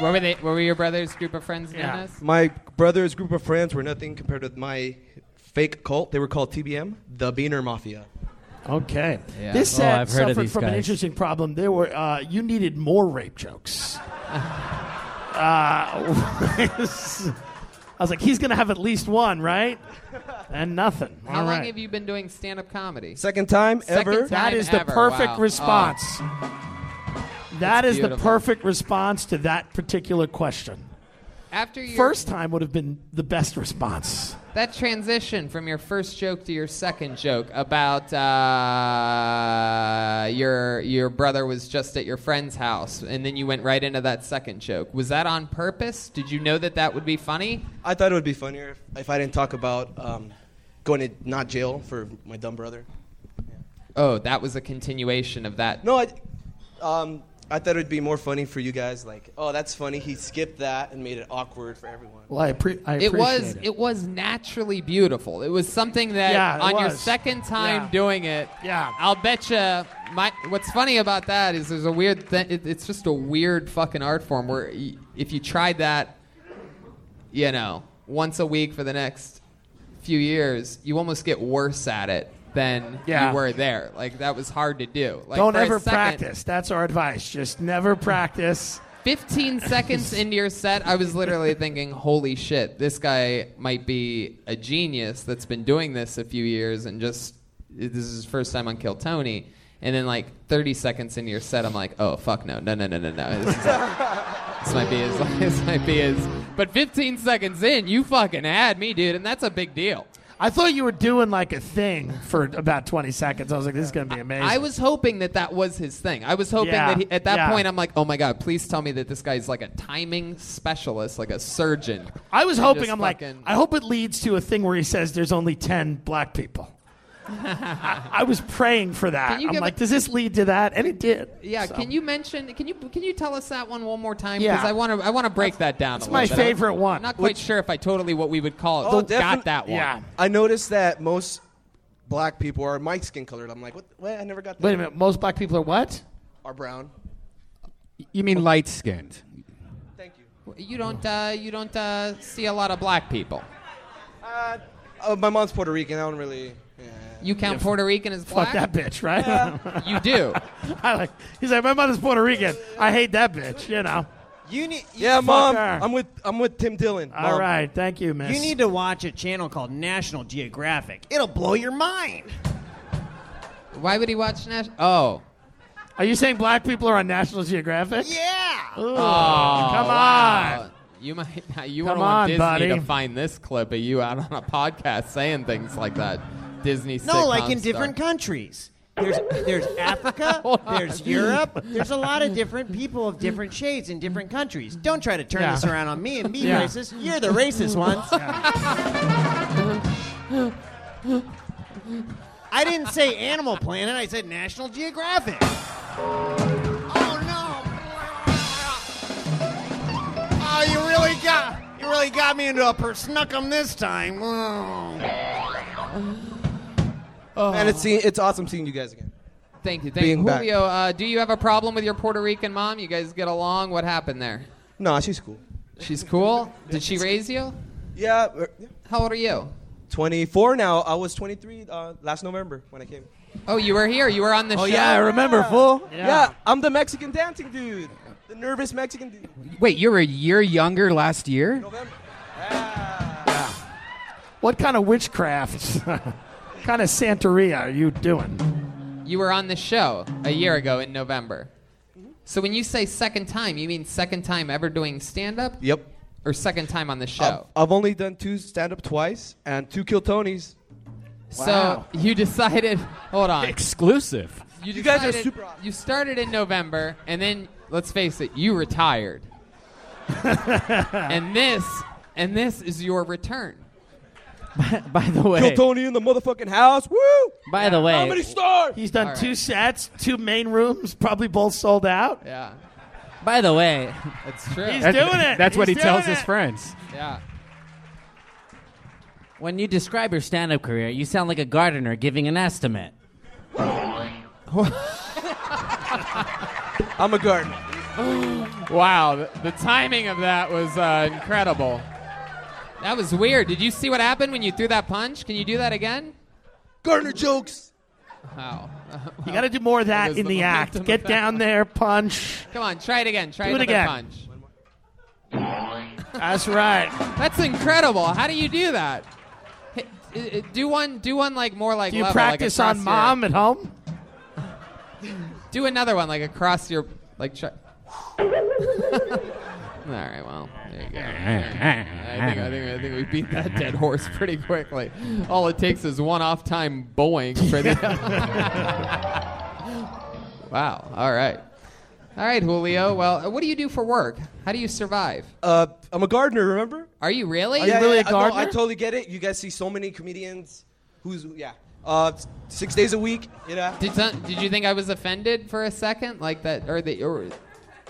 what were they? What were your brother's group of friends known Yeah. as? My brother's group of friends were nothing compared to my fake cult. They were called TBM, the Beaner Mafia. Okay. Yeah. This Oh, set I've heard of suffered these from an guys. interesting problem. There were uh, you needed more [LAUGHS] rape jokes. [LAUGHS] uh, I was like, he's gonna have at least one, right? And nothing. How All long right. have you been doing stand-up comedy? Second time Second ever. time That is the ever. perfect Wow. response. Oh. That That's is the beautiful. perfect response to that particular question. After your First time would have been the best response. that transition from your first joke to your second joke about uh, your your brother was just at your friend's house, and then you went right into that second joke. Was that on purpose? Did you know that that would be funny? I thought it would be funnier if, if I didn't talk about um, going to not jail for my dumb brother. Oh, that was a continuation of that. No, I, um, I thought it would be more funny for you guys. Like, oh, that's funny. He skipped that and made it awkward for everyone. Well, I, appre- I it was appreciate it. was naturally beautiful. It was something that Yeah, it on your was. second time Yeah. doing it. Yeah. I'll bet you. My what's funny about that is there's a weird thing. It, it's just a weird fucking art form where y- if you tried that, you know, once a week for the next few years, you almost get worse at it than Yeah. you were there. Like that was hard to do. Like Don't for a ever second- practice. That's our advice. Just never practice. [LAUGHS] 15 seconds into your set, I was literally thinking, holy shit, this guy might be a genius that's been doing this a few years and just, this is his first time on Kill Tony. And then, like, 30 seconds into your set, I'm like, oh, fuck no, no, no, no, no, no. This, is like, this might be his. [LAUGHS] This might be his. But 15 seconds in, you fucking had me, dude, and that's a big deal. I thought you were doing like a thing for about 20 seconds. I was like, this is going to be amazing. I was hoping that that was his thing. I was hoping Yeah, that he, at that yeah. point, I'm like, oh my God, please tell me that this guy's like a timing specialist, like a surgeon. I was And hoping, just I'm fucking- like, I hope it leads to a thing where he says there's only 10 black people. [LAUGHS] [LAUGHS] I, I was praying for that. Can you I'm give like, it- does this lead to that? And it did. Yeah, So, can you mention? Can you can you tell us that one one more time? Yeah. Because I want to I want to break that down. It's my favorite one. Oh, I'm not quite sure if I totally what we would call it. got definite- that one. I noticed that most black people are my skin colored. I'm like, what? what? I never got that. Wait a minute. Most black people are what? Are brown. You mean light skinned? You don't uh, you don't uh, see a lot of black people. Uh, uh, my mom's Puerto Rican. I don't really. Yeah. You count Puerto Rican as black. Fuck that bitch, right? [LAUGHS] You do. I like, he's like, my mother's Puerto Rican. I hate that bitch, you know. You need. Yeah, Fuck mom. her. I'm with I'm with Tim Dillon. All right, Mom. Thank you, miss. You need to watch a channel called National Geographic. It'll blow your mind. Why would he watch Nash? Oh. Are you saying black people are on National Geographic? Yeah. Ooh, Oh, come wow. on. You might you Come want on, want Disney buddy. to find this clip of you out on a podcast saying things like that. Disney. No, like sitcom in star. different countries. There's there's Africa, there's Europe, there's a lot of different people of different shades in different countries. Don't try to turn Yeah. this around on me and be Yeah. racist. You're the racist ones. I didn't say Animal Planet, I said National Geographic. Oh no. Oh, you really got you really got me into a persnuckum this time. Oh. Oh. And it's seeing, it's awesome seeing you guys again. Thank you, thank you, Being back. Julio. Uh, do you have a problem with your Puerto Rican mom? You guys get along? What happened there? No, she's cool. She's cool. Did she raise you? Yeah, er, yeah. How old are you? 24 now. I was 23 uh, last November when I came. Oh, you were here. You were on the show. remember, fool. Yeah. Yeah. I'm the Mexican dancing dude, the nervous Mexican dude. Wait, you were a year younger last year? November. What kind of witchcraft, [LAUGHS] kind of Santeria are you doing? You were on the show a year ago in November. So when you say second time, you mean second time ever doing stand up Yep. or second time on the I've, show? I've only done two stand up twice and two Kill Tonys. So you decided, hold on. Exclusive. [LAUGHS] You, You guys are decided- super awesome. You started in November, and then let's face it, you [LAUGHS] retired. and this, and this is your return. By the way, Kill Tony in the motherfucking house. Woo! by the way, Comedy star. He's done All right. two sets, two main rooms, probably both sold out. Yeah, by the way, that's true. He's doing it. That's what he He's doing tells his it. friends. yeah. when you describe your stand-up career, you sound like a gardener giving an estimate. I'm a gardener. [GASPS] Wow, the, the timing of that was uh, incredible. That was weird. Did you see what happened when you threw that punch? Can you do that again? Oh. Gardener jokes. [LAUGHS] Wow. You got to do more of that Because in the [LAUGHS] the momentum act. of Get that down there, punch. Come on, try it again. Try Do it another again. punch. That's right. That's incredible. How do you do that? Hey, uh, uh, Do one, do one like more like Do you level, like [LAUGHS] practice on across your- mom at home? Do another one like across your Like [LAUGHS] Chuck. All right, well, there you go. I think, I, think, I think we beat that dead horse pretty quickly. All it takes is one off time Boeing for the. [LAUGHS] wow, all right. All right, Julio. Well, uh, what do you do for work? How do you survive? Uh, I'm a gardener, remember? Are you really? Yeah, yeah, yeah. No, I totally get it. You guys see so many comedians who's, [SIGHS] yeah, uh, s- six days a week, you know? Did, some, did you think I was offended for a second, like that, or that, or,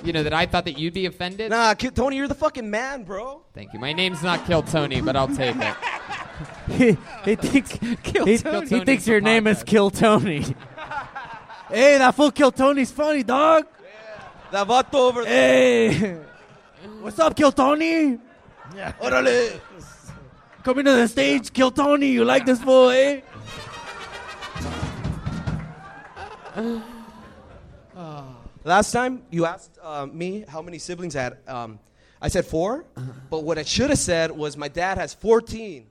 you know, that I thought that you'd be offended? Nah, Kid Tony, you're the fucking man, bro. Thank you. My name's not Kill Tony, but I'll take [LAUGHS] it. he, he thinks he, Tony. he thinks your name is Kill Tony. hey, that fool Kill Tony's funny, dog. That vato over there. Hey, what's up, Kill Tony? Orale. Coming to the stage, Kill Tony. You like this fool, eh? Oh. Last time you asked uh, me how many siblings I had. Um, I said 4 Uh-huh. but what I should have said was my dad has 14.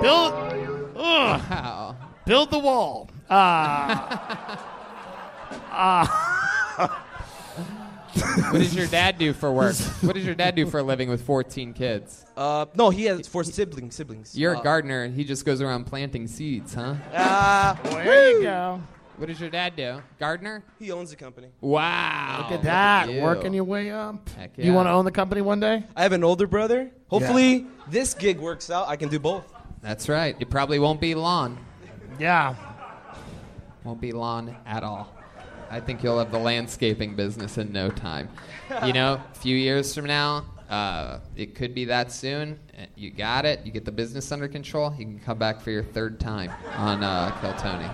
Build, ugh, [LAUGHS] build the wall. Uh, uh, What does your dad do for work? What does your dad do for a living with 14 kids? Uh, no, he has four siblings. Siblings. You're Uh, a gardener. He just goes around planting seeds, huh? Ah, there you go. What does your dad do? Gardener? He owns the company. Wow. Look at that, you. working your way up. Heck You yeah. want to own the company one day? I have an older brother. Hopefully, this gig works out. I can do both. That's right. It probably won't be lawn. Yeah. Won't be lawn at all. I think you'll have the landscaping business in no time. You know, a few years from now, uh, it could be that soon. Uh, You got it. You get the business under control. You can come back for your third time on uh, Kill Tony.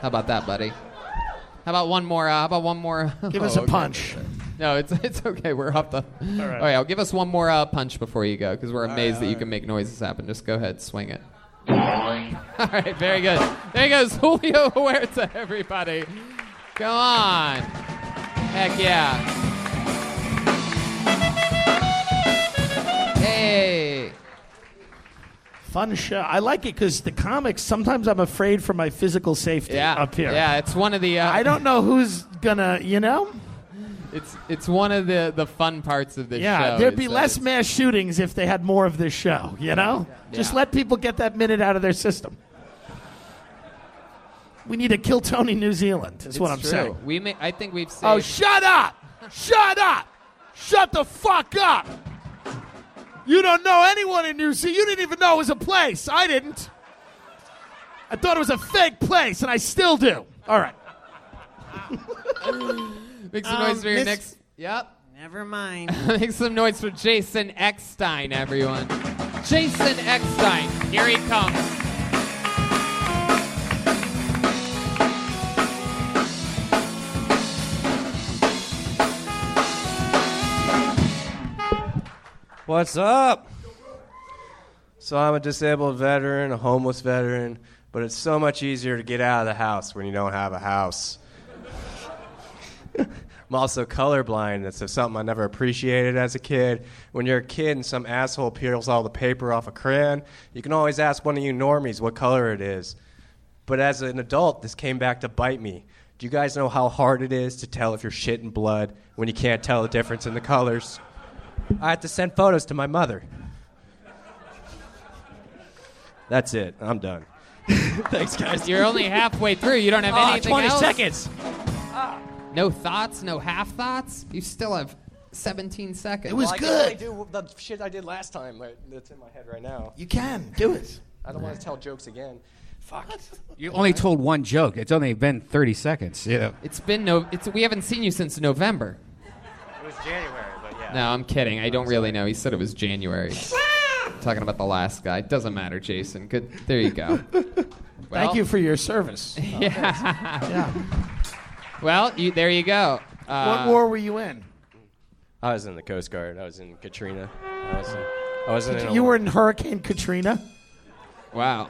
How about that, buddy? How about one more? Uh, how about one more? Oh, Give [LAUGHS] us a okay. punch. No, it's [LAUGHS] it's okay. We're off the. All right. I'll give us one more uh, punch before you go because we're amazed that you can make noises happen. Just go ahead, swing it. [LAUGHS] All right, very good. There goes [LAUGHS] Julio Huerta, everybody. Go on. Heck yeah. Hey. Fun show. I like it because the comics. Sometimes I'm afraid for my physical safety Yeah. up here. Yeah, it's one of the. Uh, I don't know who's gonna. You know. It's it's one of the the fun parts of this show. Yeah, there'd is be that less it's- mass shootings if they had more of this show, you know? Just let people get that minute out of their system. We need to kill Tony New Zealand, is what it's I'm true. saying. We may, I think we've saved. Oh, shut up! Shut up! Shut the fuck up! You don't know anyone in New Zealand. You didn't even know it was a place. I didn't. I thought it was a fake place, and I still do. All right. Make some Um, noise for your Miss- next. Yep. Never [LAUGHS] mind. [LAUGHS] Make some noise for Jason Eckstein, everyone. Jason Eckstein, here he comes. What's up? So I'm a disabled veteran, a homeless veteran, but it's so much easier to get out of the house when you don't have a house. I'm also colorblind. That's something I never appreciated as a kid. When you're a kid and some asshole peels all the paper off a crayon, you can always ask one of you normies what color it is. But as an adult, this came back to bite me. Do you guys know how hard it is to tell if you're shit and blood when you can't tell the difference in the colors? I have to send photos to my mother. That's it. I'm done. Thanks, guys. You're only halfway through. You don't have Ah, anything 20 else. seconds. No thoughts, no half thoughts. You still have 17 seconds. It was I can good. only do the shit I did last time. like, That's in my head right now. You can. Do it. I don't want to tell jokes again. [LAUGHS] Fuck. You only told one joke. It's only been 30 seconds. Yeah. It's been no. It's we haven't seen you since November. It was January, but yeah. No, I'm kidding. I don't really know. He said it was January. Talking about the last guy. Doesn't matter, Jason. Good. There you go. Well- Thank you for your service. Yeah. Yeah. Well, you, there you go. Uh, what war were you in? I was in the Coast Guard. I was in Katrina. I was in. I was in. a- You were in Hurricane Katrina. Wow.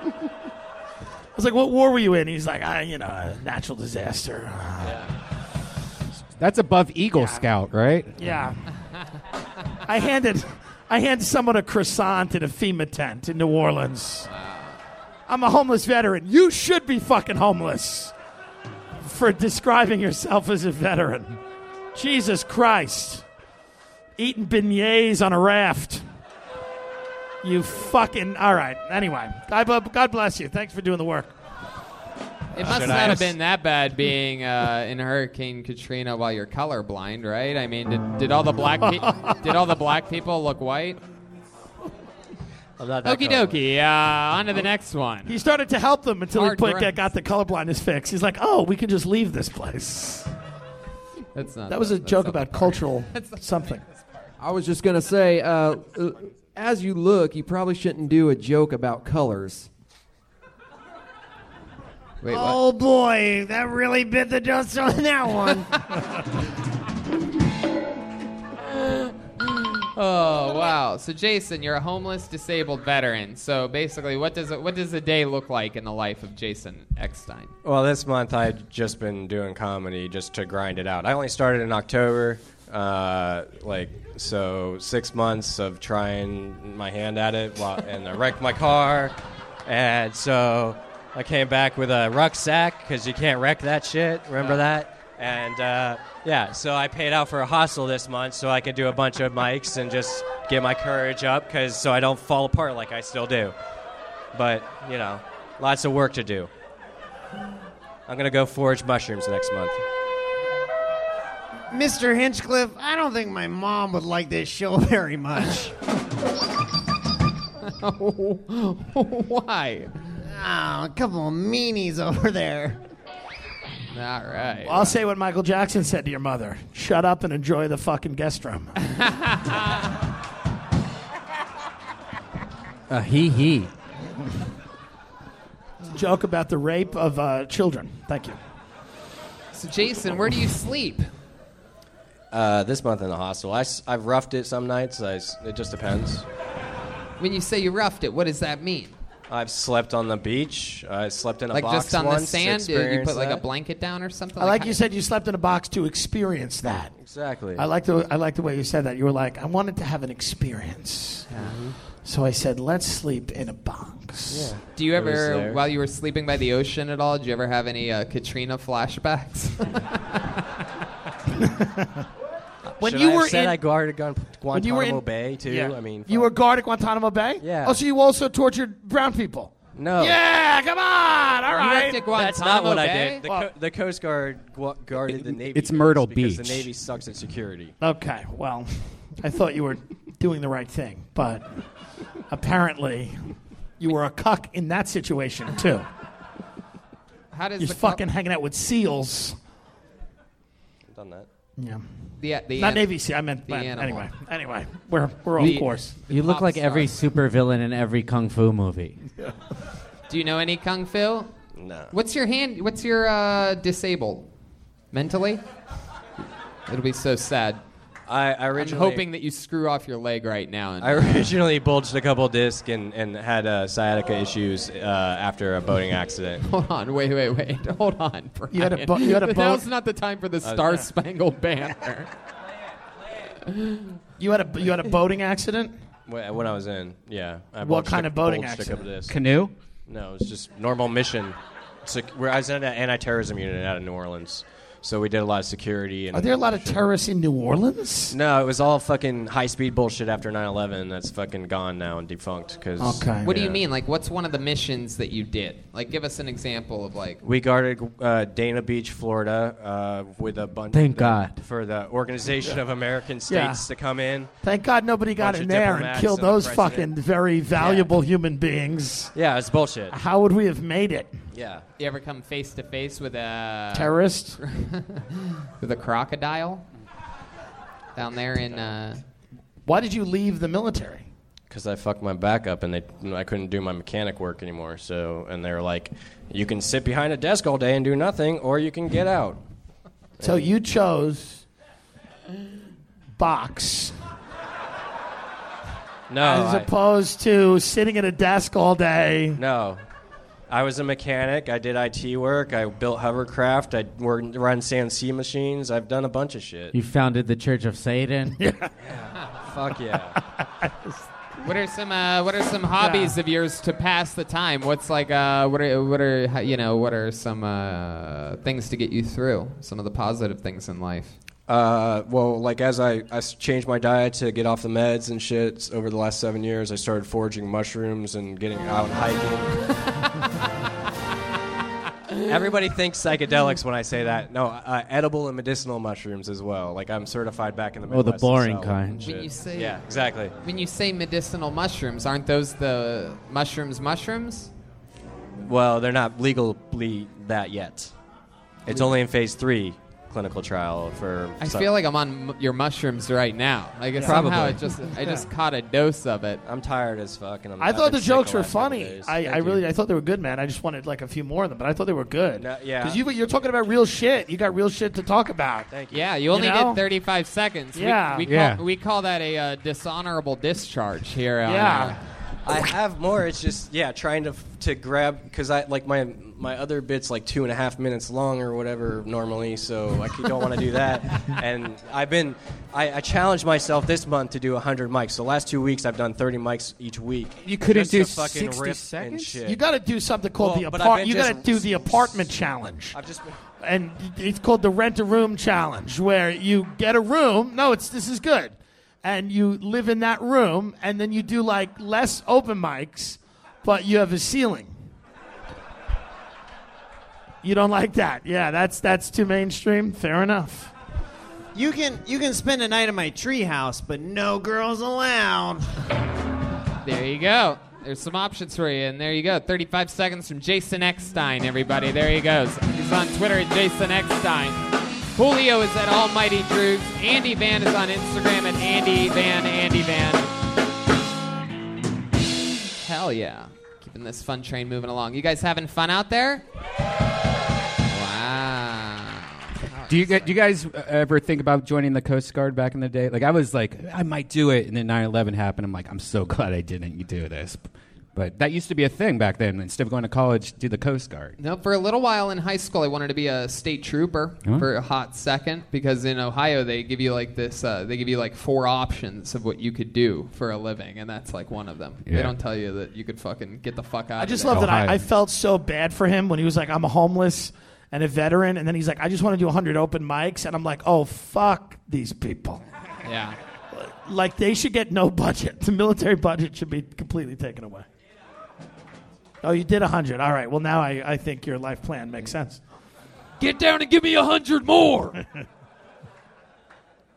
I was like, what war were you in? He's like, I, you know, a natural disaster. That's above Eagle Scout, right? Yeah. I handed I handed someone a croissant in a FEMA tent in New Orleans. I'm a homeless veteran. You should be fucking homeless. for describing yourself as a veteran. Jesus Christ. Eating beignets on a raft. You fucking. All right. Anyway, God bu- God bless you. Thanks for doing the work. It must not have been that bad being uh, in Hurricane Katrina while you're colorblind, right? I mean, did, did all the black [LAUGHS] pe- did all the black people look white? that Okie dokie. Uh, on to the next one. He started to help them until Hard he put, ground. got the colorblindness fixed. He's like, oh, we can just leave this place. That's not. That was a that's joke not- about [LAUGHS] cultural something. I was just gonna say, uh, uh, as you look, you probably shouldn't do a joke about colors. Wait, Oh boy, that really bit the dust on that [LAUGHS] one. Oh wow! So Jason, you're a homeless, disabled veteran. So basically, what does it, what does a day look like in the life of Jason Eckstein? Well, this month I'd just been doing comedy just to grind it out. I only started in October, uh, like so six months of trying my hand at it, while, and I wrecked my car, and so I came back with a rucksack because you can't wreck that shit. Remember that? And uh, yeah, so I paid out for a hostel this month so I can do a bunch of mics and just get my courage up, cause so I don't fall apart like I still do. But you know, lots of work to do. I'm gonna go forage mushrooms next month. Mr. Hinchcliffe, I don't think my mom would like this show [LAUGHS] very much. [LAUGHS] Why? Ah, a couple of meanies over there. All right. I'll say what Michael Jackson said to your mother shut up and enjoy the fucking guest room. Uh, he he. joke about the rape of uh, children. Thank you. So Jason, where do you sleep? Uh, this month in the hostel, I, have roughed it some nights. I s it just depends. When you say you roughed it, what does that mean? I've slept on the beach. I slept in a Like box just on the once. sand? You you put experienced like a that. blanket down or something? I like you said you slept in a box to experience that. Exactly. I like the I like the way you said that. You were like, I wanted to have an experience. So I said, let's sleep in a box. how- Do you I was ever, there. while you were sleeping by the ocean at all, did you ever have any uh, [LAUGHS] Katrina flashbacks? [LAUGHS] When Should you I have were said in- I guarded Guan- When you Guantanamo were in- Bay too. Yeah. I mean, you were guard at Guantanamo Bay. Yeah. Oh, so you also tortured brown people. No. Yeah, come on. All right. That's not what I did. The, co- the Coast Guard gu- guarded the Navy. it's Myrtle coast because Beach. The Navy sucks at security. Okay. Well, I thought you were doing the right thing, but apparently you were a cuck in that situation [LAUGHS] too. How does You're the fucking hanging out with seals. I've done that. Yeah. The, the Not an- Navy Sea. I meant. the but animal. anyway, anyway, we're we're off The- course. You look pop like star. every [LAUGHS] supervillain in every kung fu movie. Do you know any kung fu? No. What's your hand? What's your uh, disabled? Mentally? It'll be so sad. I, I I'm originally hoping that you screw off your leg right now. And, I originally bulged a couple discs and, and had uh, sciatica issues uh, after a boating accident. [LAUGHS] Hold on, wait, wait, wait. Hold on, Brian. You had a bo- you [LAUGHS] had a Now's boat- not the time for the I was- Star Spangled Banner. You had a you had a boating accident. Wh- When I was in, yeah. I What bulged kind a- of boating bulged a couple accident? discs. Canoe? No, it's just normal mission. Sec- where I was in an anti-terrorism unit out of New Orleans, so we did a lot of security. And Are there a lot of terrorists in New Orleans? No, it was all fucking high-speed bullshit after 9/11. That's fucking gone now and defunct. Cause What do you yeah. mean? Like, what's one of the missions that you did? Like, give us an example of like. We guarded uh, Dana Beach, Florida, uh, with a bunch. Thank God. for the Organization of American States Yeah. to come in. Thank God nobody got Bunch in of there and diplomats killed and the those president. fucking very valuable human beings. Yeah, it's bullshit. How would we have made it? Yeah. You ever come face to face with Uh, a [LAUGHS] Terrorist? with a crocodile? [LAUGHS] Down there in. Uh, Why did you leave the military? because I fucked my back up and they I couldn't do my mechanic work anymore. So and they were like, you can sit behind a desk all day and do nothing, or you can get out. So you chose box No, as Oh, I, opposed to sitting at a desk all day. no. I was a mechanic. I did IT work. I built hovercraft. I worked run CNC machines. I've done a bunch of shit. You founded the Church of Satan. [LAUGHS] Fuck yeah. What are some uh, What are some hobbies of yours to pass the time? What's like uh, What are What are how- you know What are some uh, things to get you through? Some of the positive things in life. Uh, well, like as I, I s- changed my diet to get off the meds and shit s- over the last seven years, I started foraging mushrooms and getting out and hiking. [LAUGHS] Everybody thinks psychedelics when I say that. No, uh, edible and medicinal mushrooms as well. Like I'm certified back in the Oh, the Midwest to boring sell kind. and When shit. you say- yeah, exactly. When you say medicinal mushrooms, aren't those the mushrooms? Mushrooms? Well, they're not legally that yet. It's only in phase three clinical trial for. I feel like I'm on m- your mushrooms right now. Like Yeah. somehow Probably. it just I just Yeah. caught a dose of it. I'm tired as fuck, and I'm. I I've thought been the sick the jokes were last couple funny. days. I, I Thank really you. I thought they were good, man. I just wanted like a few more of them, but I thought they were good. No, yeah. because you, you're talking about real shit. You got real shit to talk about. Thank Yeah, you only know? did 35 seconds. We- Yeah. we, Yeah. Call, we call that a uh, dishonorable discharge here. on, uh, I have more. It's just yeah, trying to f- to grab because I like my my other bits like two and a half minutes long or whatever normally, so I c- don't want to [LAUGHS] do that. And I've been I, I challenged myself this month to do hundred mics. So last two weeks I've done thirty mics each week. You couldn't Just do to fucking 60 rip and seconds? shit. You got to do something called Well, the but I've apart. been You got to just- do the apartment challenge. I've just been. and it's called the rent a room challenge where you get a room no it's this is good and you live in that room and then you do like less open mics but you have a ceiling you don't like that yeah that's that's too mainstream fair enough You can you can spend a night in my treehouse, but no girls allowed. There you go. There's some options for you, and there you go. 35 seconds from Jason Eckstein, everybody. There he goes. He's on Twitter at Jason Eckstein. Julio is at Almighty Drews. Andy Van is on Instagram at Andy Van Andy Van. Hell yeah. Keeping this fun train moving along. You guys having fun out there? Wow. Do you, get, do you guys ever think about joining the Coast Guard back in the day? Like, I was like, I might do it, and then 9 11 happened. I'm like, I'm so [LAUGHS] glad I didn't do this. But that used to be a thing back then. Instead of going to college, do the Coast Guard. No, for a little while in high school, I wanted to be a state trooper Huh? for a hot second because in Ohio they give you like this. Uh, they give you like four options of what you could do for a living, and that's like one of them. They Yeah. don't tell you that you could fucking get the fuck out. i just love that I, I felt so bad for him when he was like i'm a homeless and a veteran and then he's like i just want to do 100 open mics and i'm like oh fuck these people yeah. like they should get no [LAUGHS] budget. The military budget should be completely taken away. Oh, you did 100. All right. Well, now I, I think your life plan makes sense. Get down and give me a hundred [LAUGHS] more.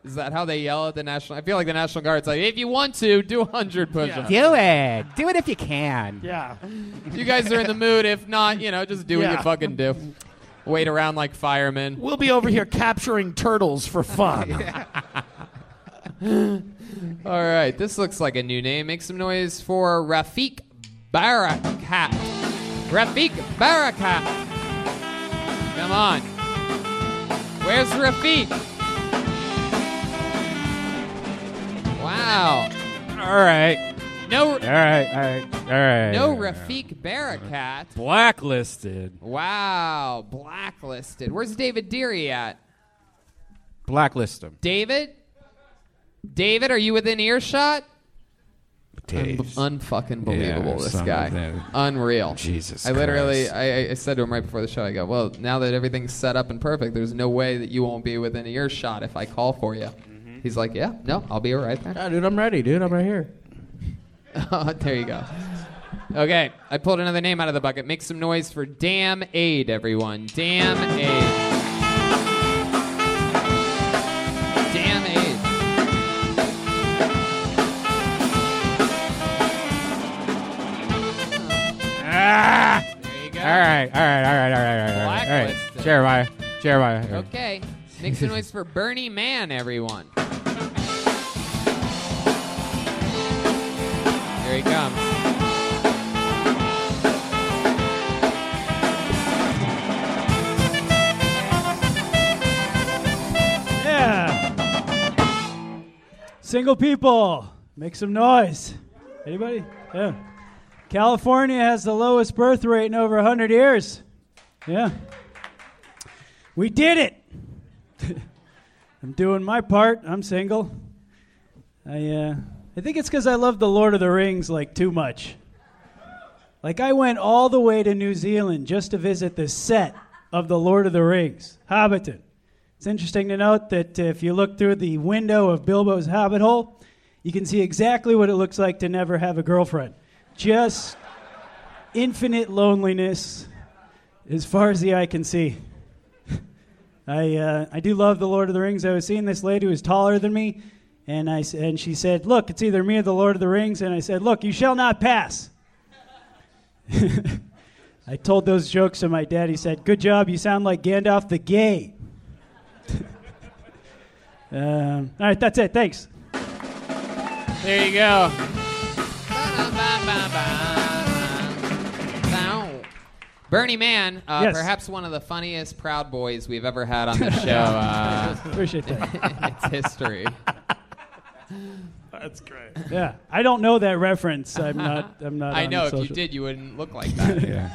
Is that how they yell at the national? I feel like the national guard's like, if you want to, do hundred push-ups. it. Do it if you can. Yeah. You guys are in the mood. If not, you know, just do what Yeah. you fucking do. Wait around like firemen. We'll be over here capturing turtles for fun. All right, this looks like a new name. Make some noise for Rafik Barakat. Rafik Barakat. Come on. Where's Rafik? Wow. All right. No. All right. All right. All right. No Rafik Barakat. Blacklisted. Wow, blacklisted. Where's David Deary at? Blacklist him. David? David, are you within earshot? Unfucking believable, Yeah, this some guy. of them. Unreal. Jesus I literally, I, I- I said to him right before the show, I go, well, now that everything's set up and perfect, there's no way that you won't be within earshot if I call for you. He's like, yeah, no, I'll be right there. Mm-hmm. dude, I'm ready, dude. I'm right here. [LAUGHS] there you go. Okay, I pulled another name out of the bucket. Make some noise for Damn Aid, everyone. Damn Aid. Damn Aid. There you go. Ah! All right. All right. All right. All right. All right. All right. Blacklisted. Jeremiah. Jeremiah. all right. Okay. Make some noise for Bernie Man, everyone. Here he comes. Yeah. Single people, make some noise. Anybody? Yeah. California has the lowest birth rate in over 100 years. Yeah. We did it. [LAUGHS] I'm doing my part. I'm single. I uh, I think it's because I love The Lord of the Rings like too much. Like I went all the way to New Zealand just to visit the set of The Lord of the Rings, Hobbiton. It's interesting to note that uh, if you look through the window of Bilbo's hobbit hole, you can see exactly what it looks like to never have a girlfriend. Just infinite loneliness as far as the eye can see. I, uh, I do love The Lord of the Rings. I was seeing this lady who was taller than me, and, I, s- and she said, Look, it's either me or The Lord of the Rings. And I said, Look, you shall not pass. [LAUGHS] I told those jokes to my dad. He said, Good job, you sound like Gandalf the Gay. um, all right, that's it. Thanks. There you go. Bernie Man, uh, Yes. perhaps one of the funniest Proud Boys we've ever [LAUGHS] had on the show. Uh, Appreciate that. [LAUGHS] it's history. That's great. Yeah, I don't know that reference. I'm not. [LAUGHS] I'm not. I on know if you social- did, you wouldn't look like [LAUGHS] that.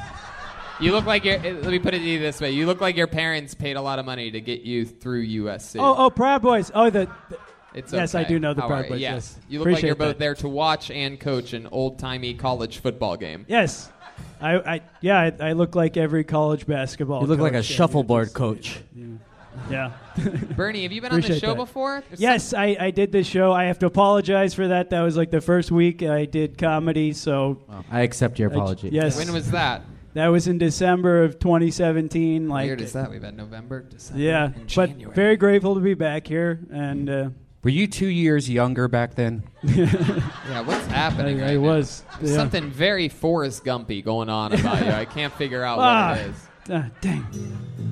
You look like your. eh, Let me put it to you this way: you look like your parents paid a lot of money to get you through USC. Oh, oh, Proud Boys. Oh, the. the- It's yes, I okay. do know the How are Proud you? Boys. Yes, Yes, you look like Appreciate you're both that. there to watch and coach an old timey college [LAUGHS] football game. Yes, I, I yeah, I, I look like every college basketball. You look like a coach. shuffleboard coach. Yeah. Bernie, have you been on the Appreciate show that. before? There's Yes, I, I did this show. I have to apologize for that. That was like the first week I did comedy, so I accept your I- apology. yes. When was that? That was in December of 2017. Like, Weird is that we've had November, December, yeah, and but January. very grateful to be back here. And uh, Were you two years younger back [LAUGHS] then? yeah, what's happening? I- right I now? was, There's yeah. something very Forrest Gumpy going on about you. I can't figure [LAUGHS] out Ah, what it is. ah, dang.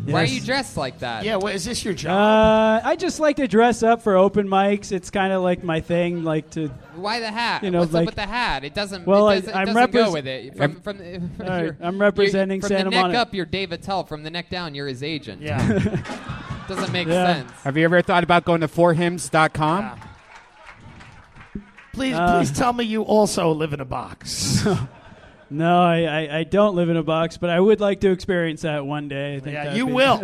Why are Yes. you dressed like that? Yeah, what, is this your job? Uh, I just like to dress up for open mics. It's kind of like my thing. Like to Why the hat? You know, What's like- up with the hat? It doesn't. Well, it I- doesn't, it I'm doesn't go repres- with it. From, I'm- from, the- [LAUGHS] All right, you're- I'm representing you're- Santa From the neck Monica. up, you're Dave Attell. From the neck down, you're his agent. Yeah. [LAUGHS] doesn't make Yeah. sense. Have you ever thought about going to forhims.com? Please, Uh, please tell me [LAUGHS] you also live in a box. [LAUGHS] No, I, I, I don't live in a box, but I would like to experience that one day. I think Yeah, that'd you be- will.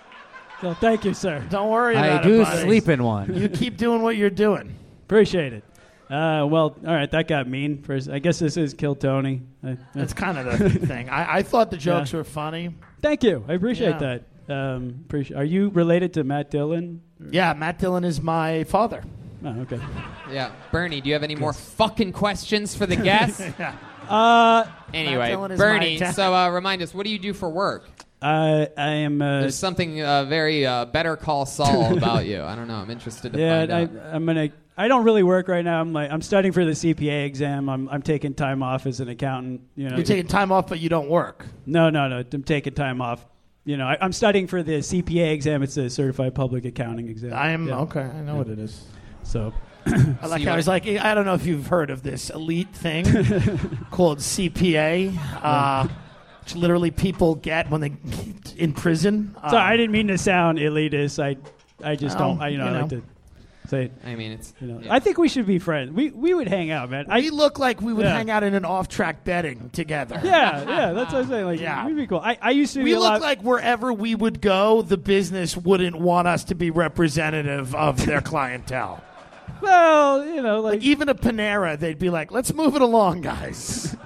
[LAUGHS] so thank you, sir. Don't worry I about it. do buddy. sleep in one. You keep doing what you're doing. Appreciate it. Uh, well, all right, that got mean. First, I guess this is Kill Tony. I- That's kind of the thing. I, I thought the jokes Yeah. were funny. Thank you. I appreciate Yeah. that. Um, appreciate. Are you related to Matt Dillon? Yeah, Matt Dillon is my father. Oh, okay. Yeah, Bernie, do you have any more fucking [LAUGHS] questions for the guests? Uh, Matt anyway, Dillon is Bernie, my dad. so uh, remind us, what do you do for work? I I am. Uh, There's something uh, very uh, Better Call [LAUGHS] Saul about you. I don't know. I'm interested to yeah, find I, out. I'm gonna. I don't really work right now. I'm like I'm studying for the CPA exam. I'm I'm taking time off as an accountant. You know, You're taking time off, but you don't work. No, no, no. I'm taking time off. You know, I, I'm studying for the CPA exam. It's a certified public accounting exam. I am Yeah. okay. I know Yeah. what it is. So, [CLEARS THROAT] I like you how wanna- he's like. I don't know if you've heard of this elite [LAUGHS] thing called CPA, uh, which literally people get when they in prison. Uh, so I didn't mean to sound elitist. I, I just Well, don't. I, you know, you I like know. to say. I mean, it's. You know, I think we should be friends. We we would hang out, man. I, we look like we would Yeah. hang out in an off-track betting together. yeah, yeah. [LAUGHS] That's what I'm saying. Like, Yeah. we'd be cool. I, I used to. be We a look lot, like wherever we would go, the business wouldn't want us to be representative [LAUGHS] of their clientele. Well, you know, like, even a Panera, they'd be like, "Let's move it along, guys.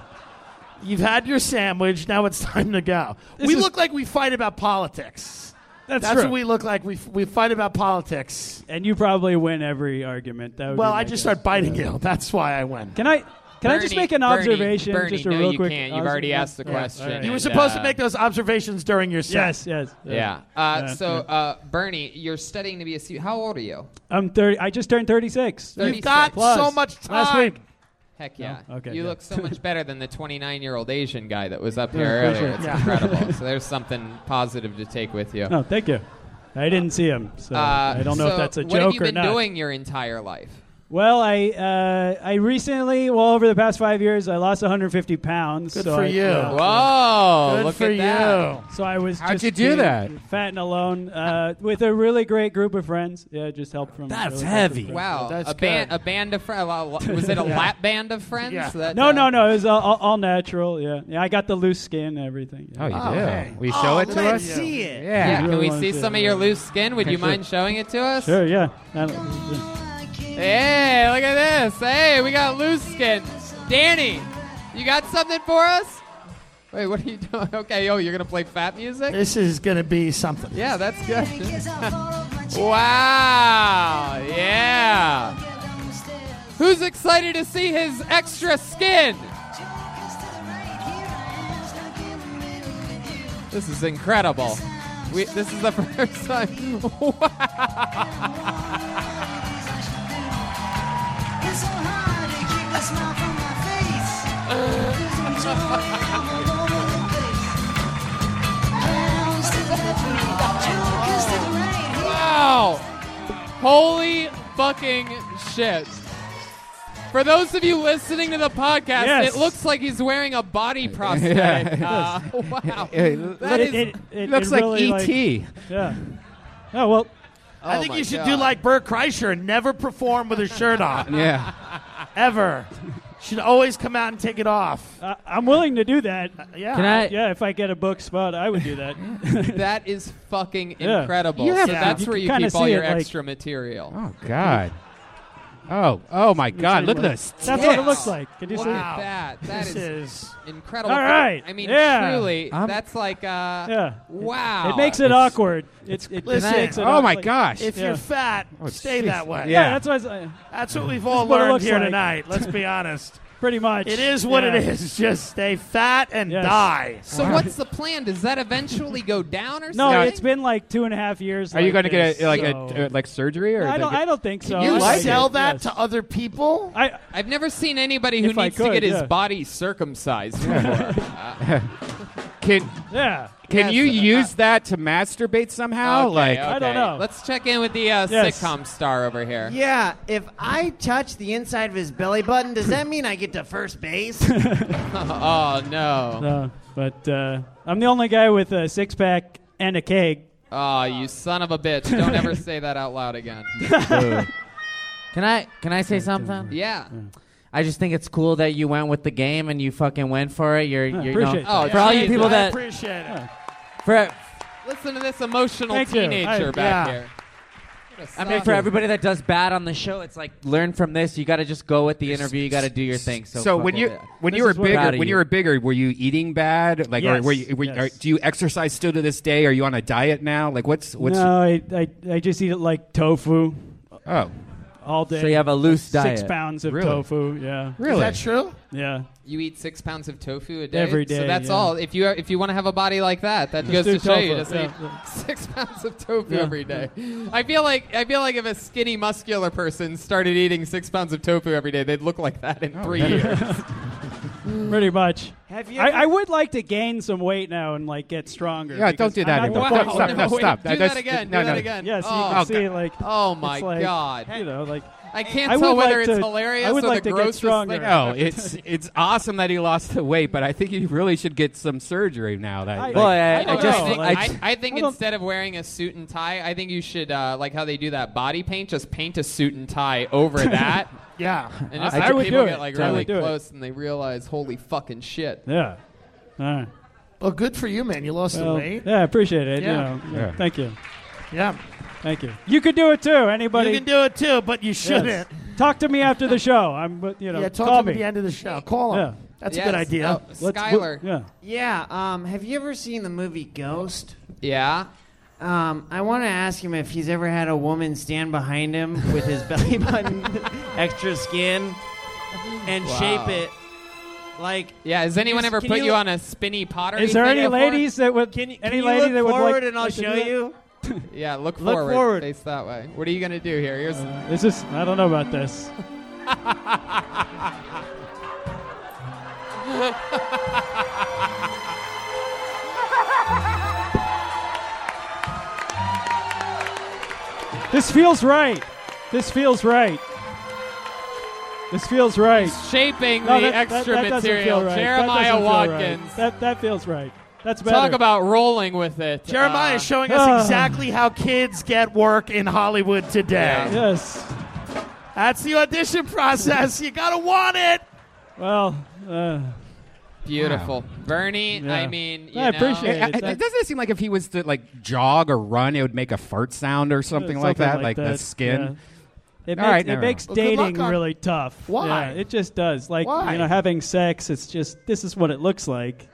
You've had your sandwich. Now it's [LAUGHS] time to go." we is- look like we fight about politics. That's That's true. what we look like. We, we fight about politics. and you probably win every argument. That would be Well, my I just guess. start biting Yeah. you. That's why I win. Can I? Can I just Bernie, make an Bernie, observation? Bernie, just a no, real you quick. can't. You've already asked the Yeah, all question. right. You were And, supposed uh, to make those observations during your set. Yes, yes. yeah. Uh, so, uh, Bernie, you're studying to be a C. How old are you? I'm 30. I just turned 36. You've got Plus. so much Last time. week. Heck yeah. No? Oh, Okay, you yeah. look so [LAUGHS] much better than the 29 year old Asian guy that was up Yeah, here appreciate earlier. it. It's Yeah. [LAUGHS] incredible. so there's something positive to take with you. No, thank you. I didn't see him, so Uh, I don't know so if that's a What have joke you or been not. doing your entire life? Well, I uh, I recently, well, over the past five years, I lost 150 pounds. Good so for I, you. yeah. Whoa! Good look for at that. you. So I was. How'd just you do being that? Fat and alone, uh, with a really great group of friends. Yeah, just help from. That's really good heavy. friends. Wow, That's a band, a band of friends. Was it a [LAUGHS] Yeah. lap band of friends? Yeah. That, No, uh, no, no. It was all, all, all natural. Yeah. yeah, I got the loose skin, and everything. Oh, you yeah. do. hey. We show Oh, it to let's us. see it. Yeah. Yeah, You can really we wanna see see it. some of your loose skin? Would Okay, you sure. mind showing it to us? Sure. Yeah. I don't- yeah. Hey, look at this. Hey, we got loose skin. Danny, you got something for us? Wait, what are you doing? [LAUGHS] Okay, oh, you're going to play fat music? This is going to be something. Yeah, that's good. [LAUGHS] wow. Yeah. Who's excited to see his extra skin? This is incredible. We, this is the [LAUGHS] first time. Wow! Holy fucking shit. For those of you listening to the podcast, Yes. it looks like he's wearing a body prosthetic. Uh, wow. That is- E yeah. Oh well. I Oh think my you should God. do like Bert Kreischer and never perform with a shirt on. Yeah. Ever. Should always come out and take it off. Uh, Uh, I'm willing to do that. yeah. Can I- Yeah, if I get a book spot, I would do that. [LAUGHS] that is fucking Yeah. incredible. You have- so Yeah. that's you where can you kinda keep all see your it, like- extra material. Oh God. Oh, oh my God! Look at this. That's what it looks like. Can you Look see? at that. That This is, is- incredible. All right. I mean, Yeah. truly, I'm- that's like, uh, Yeah. wow. It makes it awkward. It's it Listen, makes it oh my awkward. gosh. If Yeah. you're fat, Oh, stay jeez. that way. Yeah, Yeah. that's what I was, uh, That's [LAUGHS] what we've that's all what it learned looks here like. tonight. Let's [LAUGHS] be honest. Pretty much. It is what it Yeah. is. Just stay fat and die. So what's the plan? Does that eventually go down or No, something? it's been like two and a half years. Are you going going to to get a, like so. a, uh, like surgery or? I they don't. get- I don't think so. Can you I like sell it, that yes. to other people? I, I've never seen anybody who If I needs to could, get his yeah. body [LAUGHS] circumcised before. Uh, Can yeah. Can Yes, you uh, use that to masturbate somehow? okay, like okay. Let's check in with the uh, sitcom star over here. Yeah, if I touch the inside of his belly button, does that mean I get to first [LAUGHS] [LAUGHS] base? [LAUGHS] oh no. No, but uh, I'm the only guy with a six pack and a keg. Oh, you son of a [LAUGHS] bitch! Don't ever say that out loud again. Can I can I say something? Yeah. I just think it's cool that you went with the game and you fucking went for it. You're, you're you know, appreciate Oh, for all you people I that appreciate it. for Listen to this emotional Thank you. teenager I- back yeah. here. I mean for everybody that does bad on the show, it's like learn from this. You got to just go with the interview. You got to do your thing. So, So fuck when it. you when you were bigger Proud of when you were bigger were you eating bad like or Yes, were you, were, are, do you exercise still to this day are you on a diet now like what's what's no, I, I I just eat it like tofu. Oh. All day. So you have a loose Six diet. pounds of Really? tofu. Yeah. Really? that true? Yeah. You eat six pounds of tofu a day. Every So day, that's yeah. all. If you if you want to have a body like that, that Just goes do to show you. tofu, Just yeah, eat six pounds of [LAUGHS] tofu Yeah, every day. I feel like I feel like if a skinny muscular person started eating six pounds of tofu every day, they'd look like that in three years. [LAUGHS] Pretty much. Have you I, ever- I would like to gain some weight now and like get stronger. Yeah, don't because do that I'm not anymore. Stop, the fucking- stop, no, No, wait, stop. do That- that that's- again, no, do that no. again. Yeah, so Oh, you can God. see like. Oh, my it's like, God. You know, like. I can't I tell would like whether it's to- hilarious I would or like the to get grossest stronger. thing. Oh. no it's it's awesome that he lost the weight but I think he really should get some surgery now that like- don't know. think, I, I think instead of wearing a suit and tie, I think you should uh, like how they do that body paint. Just paint a suit and tie [LAUGHS] over that. Yeah. and just I- I like would people do get it. I like would really do it. close and they realize, holy fucking shit. Yeah. All right. Well, good for you, man. You lost Well, the weight. Yeah, I appreciate it. Yeah. Yeah. You know, Yeah. Thank you. Yeah. Thank you. You could do it too. Anybody You can do it too, but you shouldn't. Yes. Talk to me after the show. I'm, but, you know, yeah, talk call to me at the end of the show. Call him. Yeah. That's a good Oh, idea. Yeah. Oh, Yeah. Um, have you ever seen the movie Ghost? Yeah. Um, I want to ask him if he's ever had a woman stand behind him with his [LAUGHS] belly button, extra skin, and Wow. shape it like. Yeah, has anyone Just- ever can put you, on a spinny pottery? Is there thing any before? ladies that would? Can, any you lady look that would like? forward and I'll like to do show that? [LAUGHS] you? Yeah, look Look forward, forward. Face that way. What are you gonna do here? Here's Uh, This is. I don't know about this. This feels right. This feels right. This feels right. shaping No, the that- that- extra that doesn't feel material. right. That Jeremiah doesn't feel right. Watkins. That that feels right. That's better. Talk about rolling with it. Jeremiah Uh, is showing us [LAUGHS] exactly how kids get work in Hollywood today. Yeah. Yes. That's the audition process. You gotta want it. Well, uh, Beautiful, Bernie. I Yeah. mean, you I know, appreciate it. I- I- doesn't it seem like if he was to like jog or run, it would make a fart sound or something, like that, like, the skin? yeah. It All makes, right, it never makes mind. Well, good dating luck on- really tough. Why? Yeah, it just does. Like Why? you know, having sex. It's just this is what it looks like.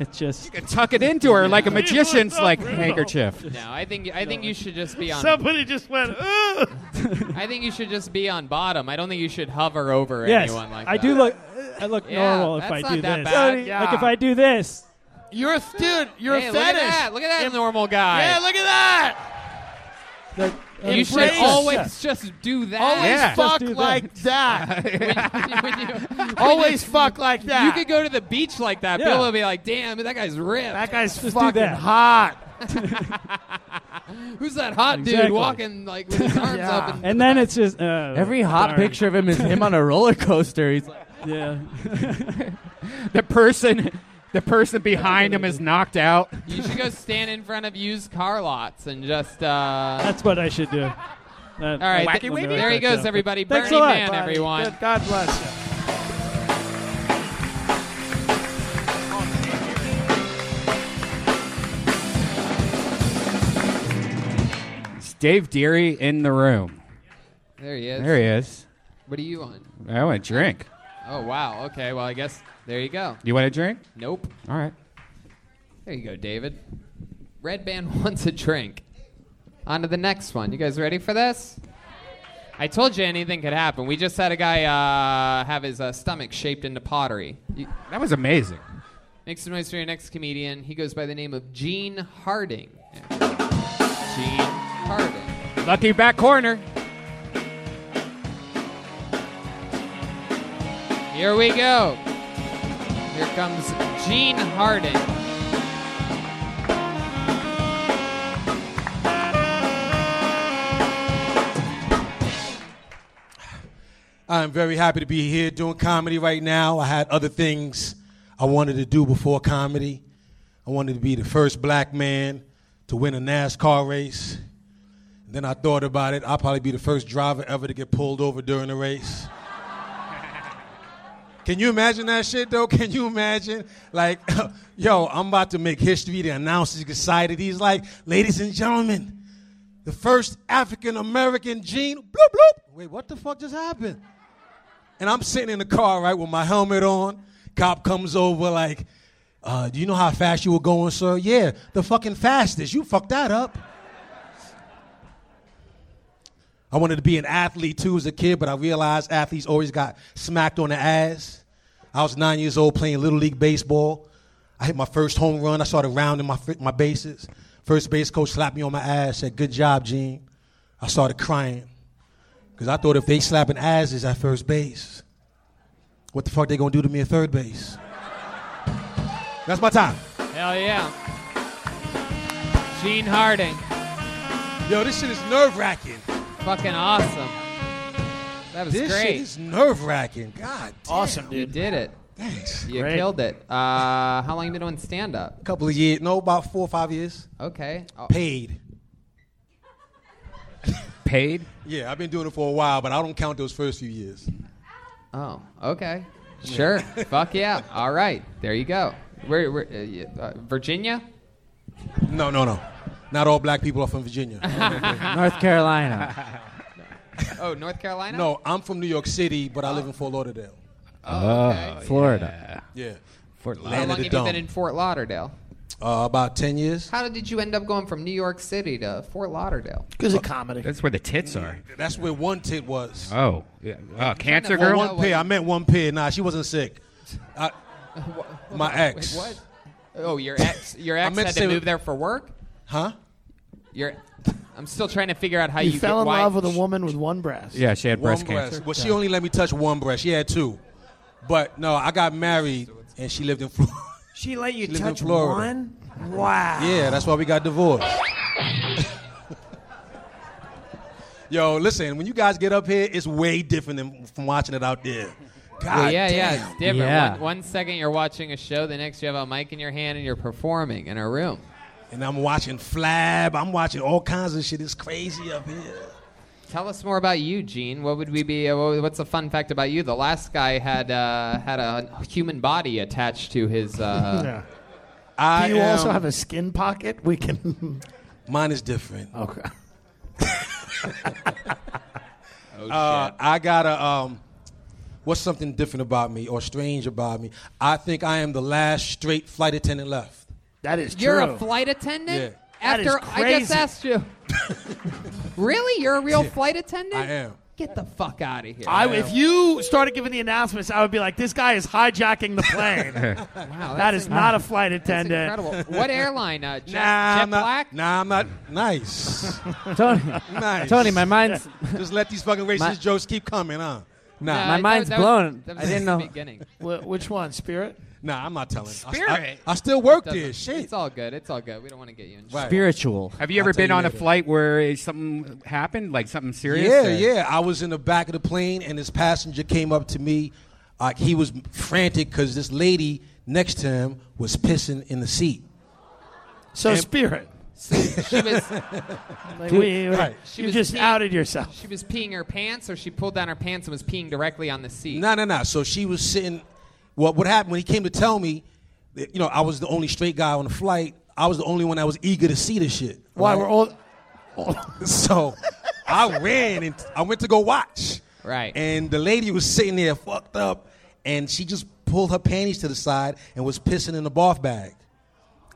It's just you can tuck it into her like a magician's like handkerchief. No, I think I think you should just be on. Somebody just [LAUGHS] went. Ugh. I think you should just be on bottom. I don't think you should hover over Yes, anyone like I that. do look. I look Yeah, normal if that's I not do that this. bad. Like Yeah. if I do this, You're a dude. You're Hey, a look at fetish. that. Look at that normal guy. Yeah, look at that. that- You should Embrace- always just do that. Always fuck [LAUGHS] like that. always fuck like that. You could go to the beach like that. Yeah. People would be like, "Damn, that guy's ripped. That guy's fucking hot." [LAUGHS] Who's that hot dude Exactly. walking like with his [LAUGHS] [LAUGHS] arms Yeah. up? And and then it's just uh, Every hot darn. picture of him is him on a roller [LAUGHS] coaster. He's like, yeah. [LAUGHS] the person, the person behind him is knocked [LAUGHS] out. you should go stand in front of used car lots and just. Uh, That's what I should do. all right, th- there he goes, everybody. Bernie Man, everyone. God bless you. It's Dave Deary in the room. There he is. There he is. What are you on? I want a drink. Oh wow. Okay. Well, I guess there you go. You want a drink? Nope. All right. There you go, David. Red Band [LAUGHS] wants a drink. On to the next one. You guys ready for this? I told you anything could happen. We just had a guy uh, have his uh, stomach shaped into pottery. You, That was amazing. make some noise for your next comedian. He goes by the name of Gene Harding. Gene Harding. Lucky back corner. Here we go. Here comes Gene Harding. I'm very happy to be here doing comedy right now. I had other things I wanted to do before comedy. I wanted to be the first black man to win a NASCAR race. Then I thought about it. I'll probably be the first driver ever to get pulled over during a race. [LAUGHS] Can you imagine that shit though? [LAUGHS] Can you imagine? Like, [LAUGHS] yo, I'm about to make history. The announcer's excited. He's like, ladies and gentlemen, the first African American gene. Bloop, bloop. Wait, what the fuck just happened? And I'm sitting in the car, right, with my helmet on. Cop comes over, like, uh, do you know how fast you were going, sir? Yeah, the fucking fastest. You fucked that up. I wanted to be an athlete too as a kid, but I realized athletes always got smacked on the ass. I was nine years old playing Little League Baseball. I hit my first home run. I started rounding my, fi- my bases. First base coach slapped me on my ass, said, Good job, Gene. I started crying because I thought if they slapping asses at first base, what the fuck they gonna do to me at third base? That's my time. Hell yeah. Gene Harding. Yo, this shit is nerve wracking. Fucking awesome. That was This shit great. is nerve-wracking. God damn. Awesome, You dude. did it. Thanks. You Great. killed it. Uh, how long you been doing stand up? A couple of years. No, about four or five years. Okay. Oh, Paid. Paid? Yeah, I've been doing it for a while, but I don't count those first few years. Oh, [LAUGHS] okay. Sure. Fuck yeah. All right. There you go. Where, where, uh, you- uh, Virginia? No, no, no. Not all black people are from [LAUGHS] Virginia. North Carolina. Oh, North Carolina? No, I'm from New York City, but I live in Fort Lauderdale. Oh, Florida. Yeah. Fort How long have you been in Fort Lauderdale? Uh, about 10 years. How did you end up going from New York City to Fort Lauderdale? Because of comedy. That's where the tits are. That's where one tit was. Oh, yeah. Uh, cancer Well, girl. One pair. I meant one pair. Nah, she wasn't sick. [LAUGHS] I, my ex. Wait, what? Oh, your ex. Your I ex meant had to to say- move there for work. Huh? Your. I'm still trying to figure out how He you fell get in why- love with a woman with one breast. Yeah, she had One breast cancer. Well, she only let me touch one breast. She had two. But no, I got married and she lived in [LAUGHS] Florida. She let you She lived in touch Florida. one? Wow. Yeah, that's why we got divorced. Yo, listen, when you guys get up here, it's way different than from watching it out there. God Well, yeah, damn. yeah, it's different. Yeah. One, one second you're watching a show, the next you have a mic in your hand and you're performing in a room. And I'm watching Flab. I'm watching all kinds of shit. It's crazy up here. Tell us more about you, Gene. What would we be? Uh, what- what's a fun fact about you? The last guy had uh, had a human body attached to his. Uh, [LAUGHS] Yeah. I Do you also am- have a skin pocket? [LAUGHS] We can. Mine is different. Okay. Oh, uh, I got to um, what's something different about me or strange about me? I think I am the last straight flight attendant left. That is You're a flight attendant? Yeah. That After is I just crazy. asked you. really? You're a real flight attendant? I am. Get the fuck out of here. I, if you started giving the announcements, I would be like, "This guy is hijacking the plane." [LAUGHS] Wow, that that's is not a incredible. flight attendant. That's incredible. [LAUGHS] What [LAUGHS] airline? Uh, Jet, Nah, Jet I'm not- Black? Nah, I'm not nice. [LAUGHS] Tony, nice. Tony, my mind's- [LAUGHS] just let these fucking racist My- jokes keep coming, huh? My Nah, mind's blown. I didn't know. [LAUGHS] Wh- which one, Spirit? Nah, I'm not telling. I- Spirit. I, I still work Doesn't- this shit. It's all good. It's all good. We don't want to get you in. Right. Spiritual. Have you ever I'll tell been you on [LAUGHS] a later. flight where eh, something happened, like something serious? Yeah, or- yeah. I was in the back of the plane, and this passenger came up to me. Uh, he was frantic because this lady next to him was pissing in the seat. So And- Spirit. She was. Like, we- Right. you just outed yourself. She was peeing her pants, or she pulled down her pants and was peeing directly on the seat. No, no, no. So she was sitting. What what happened when he came to tell me? that, You know, I was the only straight guy on the flight. I was the only one that was eager to see this shit. Why right? we're all [LAUGHS] so I ran and I went to go watch. Right. And the lady was sitting there fucked up and she just pulled her panties to the side and was pissing in the bath bag.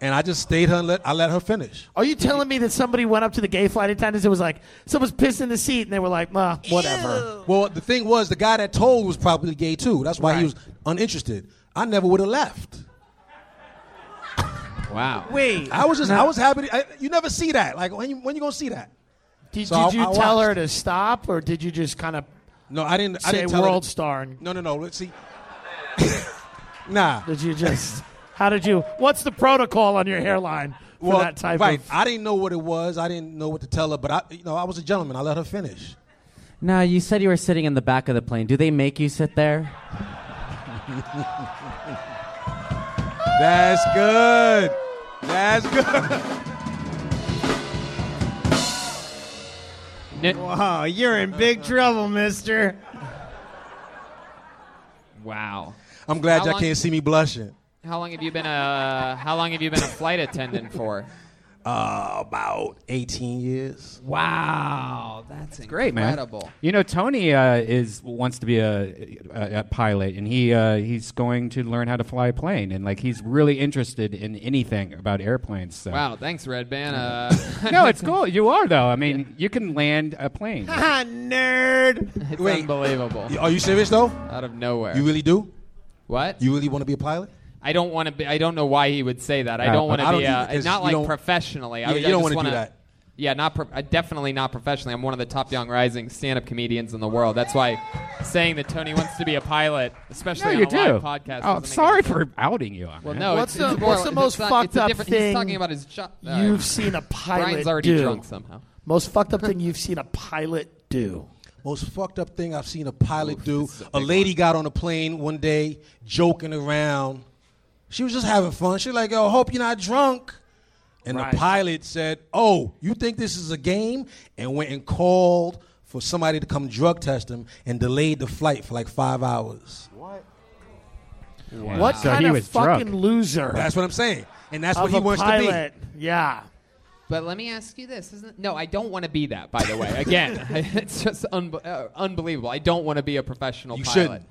And I just stayed her and let I let her finish. Are you telling me that somebody went up to the gay flight attendants and was like, someone's pissed in the seat, and they were like, "Ma, whatever." Well, the thing was the guy that told was probably gay too. That's why he was uninterested. I never would have left. Wow. Wait. I was just I was happy to, I, you never see that. Like when you when you going to see that? Did, So did I- you I tell her to stop, or did you just kind of? No, I didn't. Say I didn't tell her world to- star. And No, no, no. Let's see. nah. Did you just? How did you? What's the protocol on your hairline for that type right. of? I didn't know what it was. I didn't know what to tell her, but I, you know, I was a gentleman. I let her finish. No, you said you were sitting in the back of the plane. Do they make you sit there? That's good. That's good. Wow, you're in big trouble, mister. Wow. I'm glad How y'all long- can't see me blushing. How long have you been a How long have you been a flight attendant for? [LAUGHS] Uh, about 18 years. Wow, that's, great, man. incredible. You know, Tony uh, is wants to be a, a, a pilot, and he uh, he's going to learn how to fly a plane, and like he's really interested in anything about airplanes. So. Wow, thanks, Red [LAUGHS] Band. [LAUGHS] [LAUGHS] Uh, no, it's cool. You are though. I mean, you can land a plane. Ha, nerd. [LAUGHS] It's unbelievable. Are you serious though? Out of nowhere. You really do? What? You really want to be a pilot? I don't want to be. I don't know why he would say that. I No, don't want I to don't be. either, Uh, 'cause not you like don't- professionally. I, Yeah, I you don't wanna just do wanna- that. Yeah, not pro- uh, definitely not professionally. I'm one of the top young rising stand-up comedians in the world. That's why saying that Tony wants to be a pilot, No, especially you on a live do. podcast. oh, doesn't I'm make sorry any sense. for outing you. Well, man. no. What's it's, the- it's more, what's the it's most not- fucked it's a up different- thing He's talking about his job. You've seen a pilot. Brian's already do. drunk somehow. Most fucked up [LAUGHS] thing you've seen a pilot do. Most fucked up thing I've seen a pilot do. A, lady got on a plane one day, joking around. She was just having fun. She like, "Yo, hope you're not drunk." And Right. the pilot said, "Oh, you think this is a game?" And went and called for somebody to come drug test him and delayed the flight for like five hours. What? What kind of fucking loser? That's what I'm saying, and that's of what he a wants pilot. to Yeah. But let me ask you this: isn't no? I don't want to be that. By the way, again, [LAUGHS] it's just unbe- uh, unbelievable. I don't want to be a professional You pilot.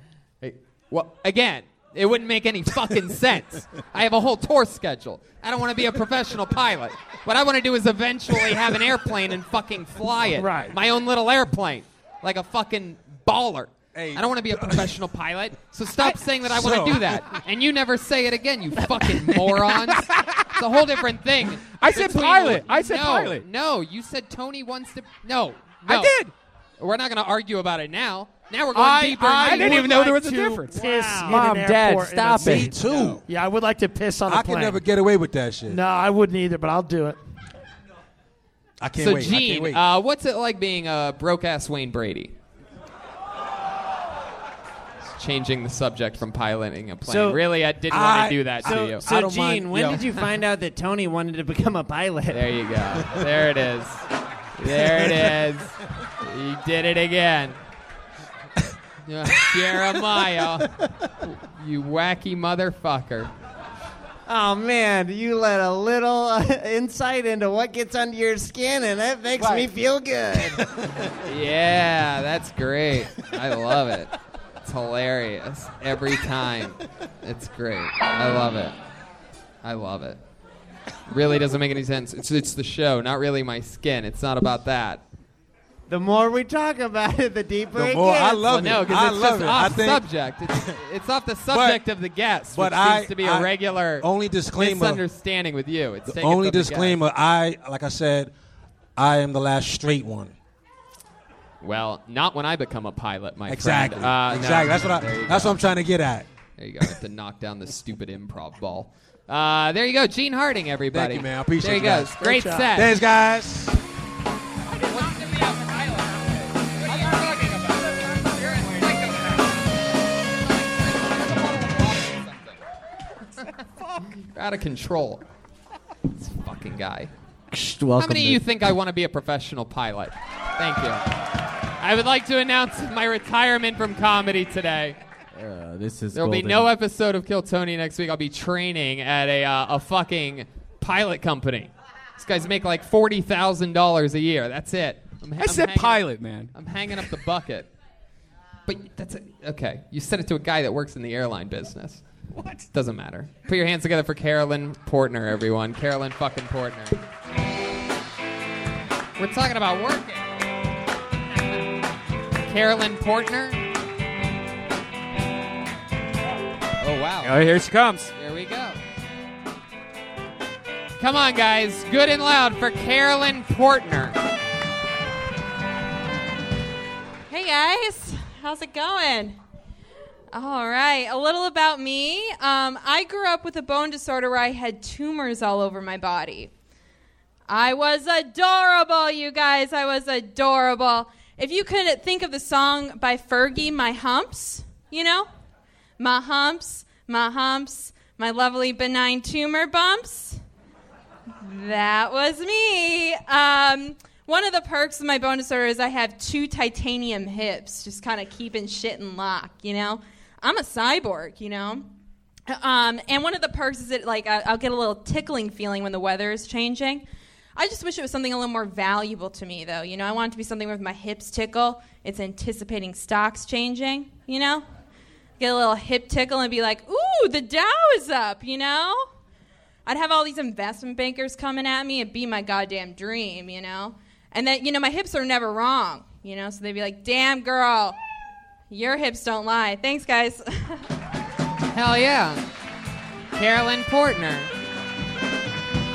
Hey, well, again, it wouldn't make any fucking sense. I have a whole tour schedule. I don't want to be a professional pilot. What I want to do is eventually have an airplane and fucking fly it. Right. My own little airplane, like a fucking baller. I don't want to be a professional pilot, so stop saying that I want to so- do that. And you never say it again, you fucking morons. It's a whole different thing. I said Between- pilot. I said no, pilot. No, you said Tony wants to. No, I no. did. We're not going to argue about it now. Now we're going I- deeper. I into- didn't even know there was a to difference. piss Wow. in Mom, an Dad, airport in a stop it. be. Me seat. too. Yeah, I would like to piss on a I plane. can never get away with that shit. No, I wouldn't either, but I'll do it. I can't so, wait. I can't Gene, wait. uh, what's it like being a broke ass Wayne Brady? Changing the subject from piloting a plane. So- really, I didn't I- want to do that so, to you. So, Gene, when did you find out that Tony wanted to become a pilot? There you go. There it is. [LAUGHS] There it is. You did it [LAUGHS] again. Yeah, Jeremiah, you wacky motherfucker. Oh man, you let a little uh, insight into what gets under your skin, and that makes me feel good. [LAUGHS] Yeah, that's great. I love it. It's hilarious every time. It's great. I love it. I love it. Really doesn't make any sense. It's it's the show, not really my skin. It's not about that. The more we talk about it, the deeper The it more gets. I love Well, no, it. 'cause I it's love just it. I off think- subject. It's, it's off the subject of the guest, but which seems I- to be a I- regular only disclaimer- misunderstanding with you. It's The taken only from guest. disclaimer, I like I said, I am the last straight one. well, not when I become a pilot, my Exactly. friend. Uh, no, exactly. that's what there I. you That's go. what I'm trying to get at. There you go. I have to knock down the stupid improv ball. Uh, there you go, Gene Harding, everybody. Thank you, man. I appreciate There you you guys. go. Great Great job. set. Thanks, guys. You're out of control. This fucking guy. welcome How many to- of you think I want to be a professional pilot? Thank you. I would like to announce my retirement from comedy today. Uh, this is There will be golden. no episode of Kill Tony next week. I'll be training at a, uh, a fucking pilot company. These guys make like forty thousand dollars a year. That's it. I'm, I said pilot, man. I'm hanging up the bucket. But that's it. Okay, you said it to a guy that works in the airline business. What? Doesn't matter. Put your hands together for Carolyn Portner, everyone. Carolyn fucking Portner. We're talking about working. Carolyn Portner. Oh wow. Oh, here she comes. Here we go. Come on, guys. Good and loud for Carolyn Portner. [LAUGHS] Hey guys, how's it going? All right, a little about me. Um, I grew up with a bone disorder where I had tumors all over my body. I was adorable, you guys. I was adorable. If you could think of the song by Fergie, My Humps, you know? My humps, my humps, my lovely benign tumor bumps. That was me. Um, one of the perks of my bone disorder is I have two titanium hips, just kind of keeping shit in lock, you know? I'm a cyborg, you know? Um, and one of the perks is that, like, I, I'll get a little tickling feeling when the weather is changing. I just wish it was something a little more valuable to me, though. You know, I want it to be something with my hips tickle. It's anticipating stocks changing, you know? Get a little hip tickle and be like, ooh, the Dow is up, you know? I'd have all these investment bankers coming at me. It'd be my goddamn dream, you know? And then, you know, my hips are never wrong, you know? So they'd be like, damn, girl, your hips don't lie. Thanks, guys. [LAUGHS] Hell yeah. Carolyn Portner.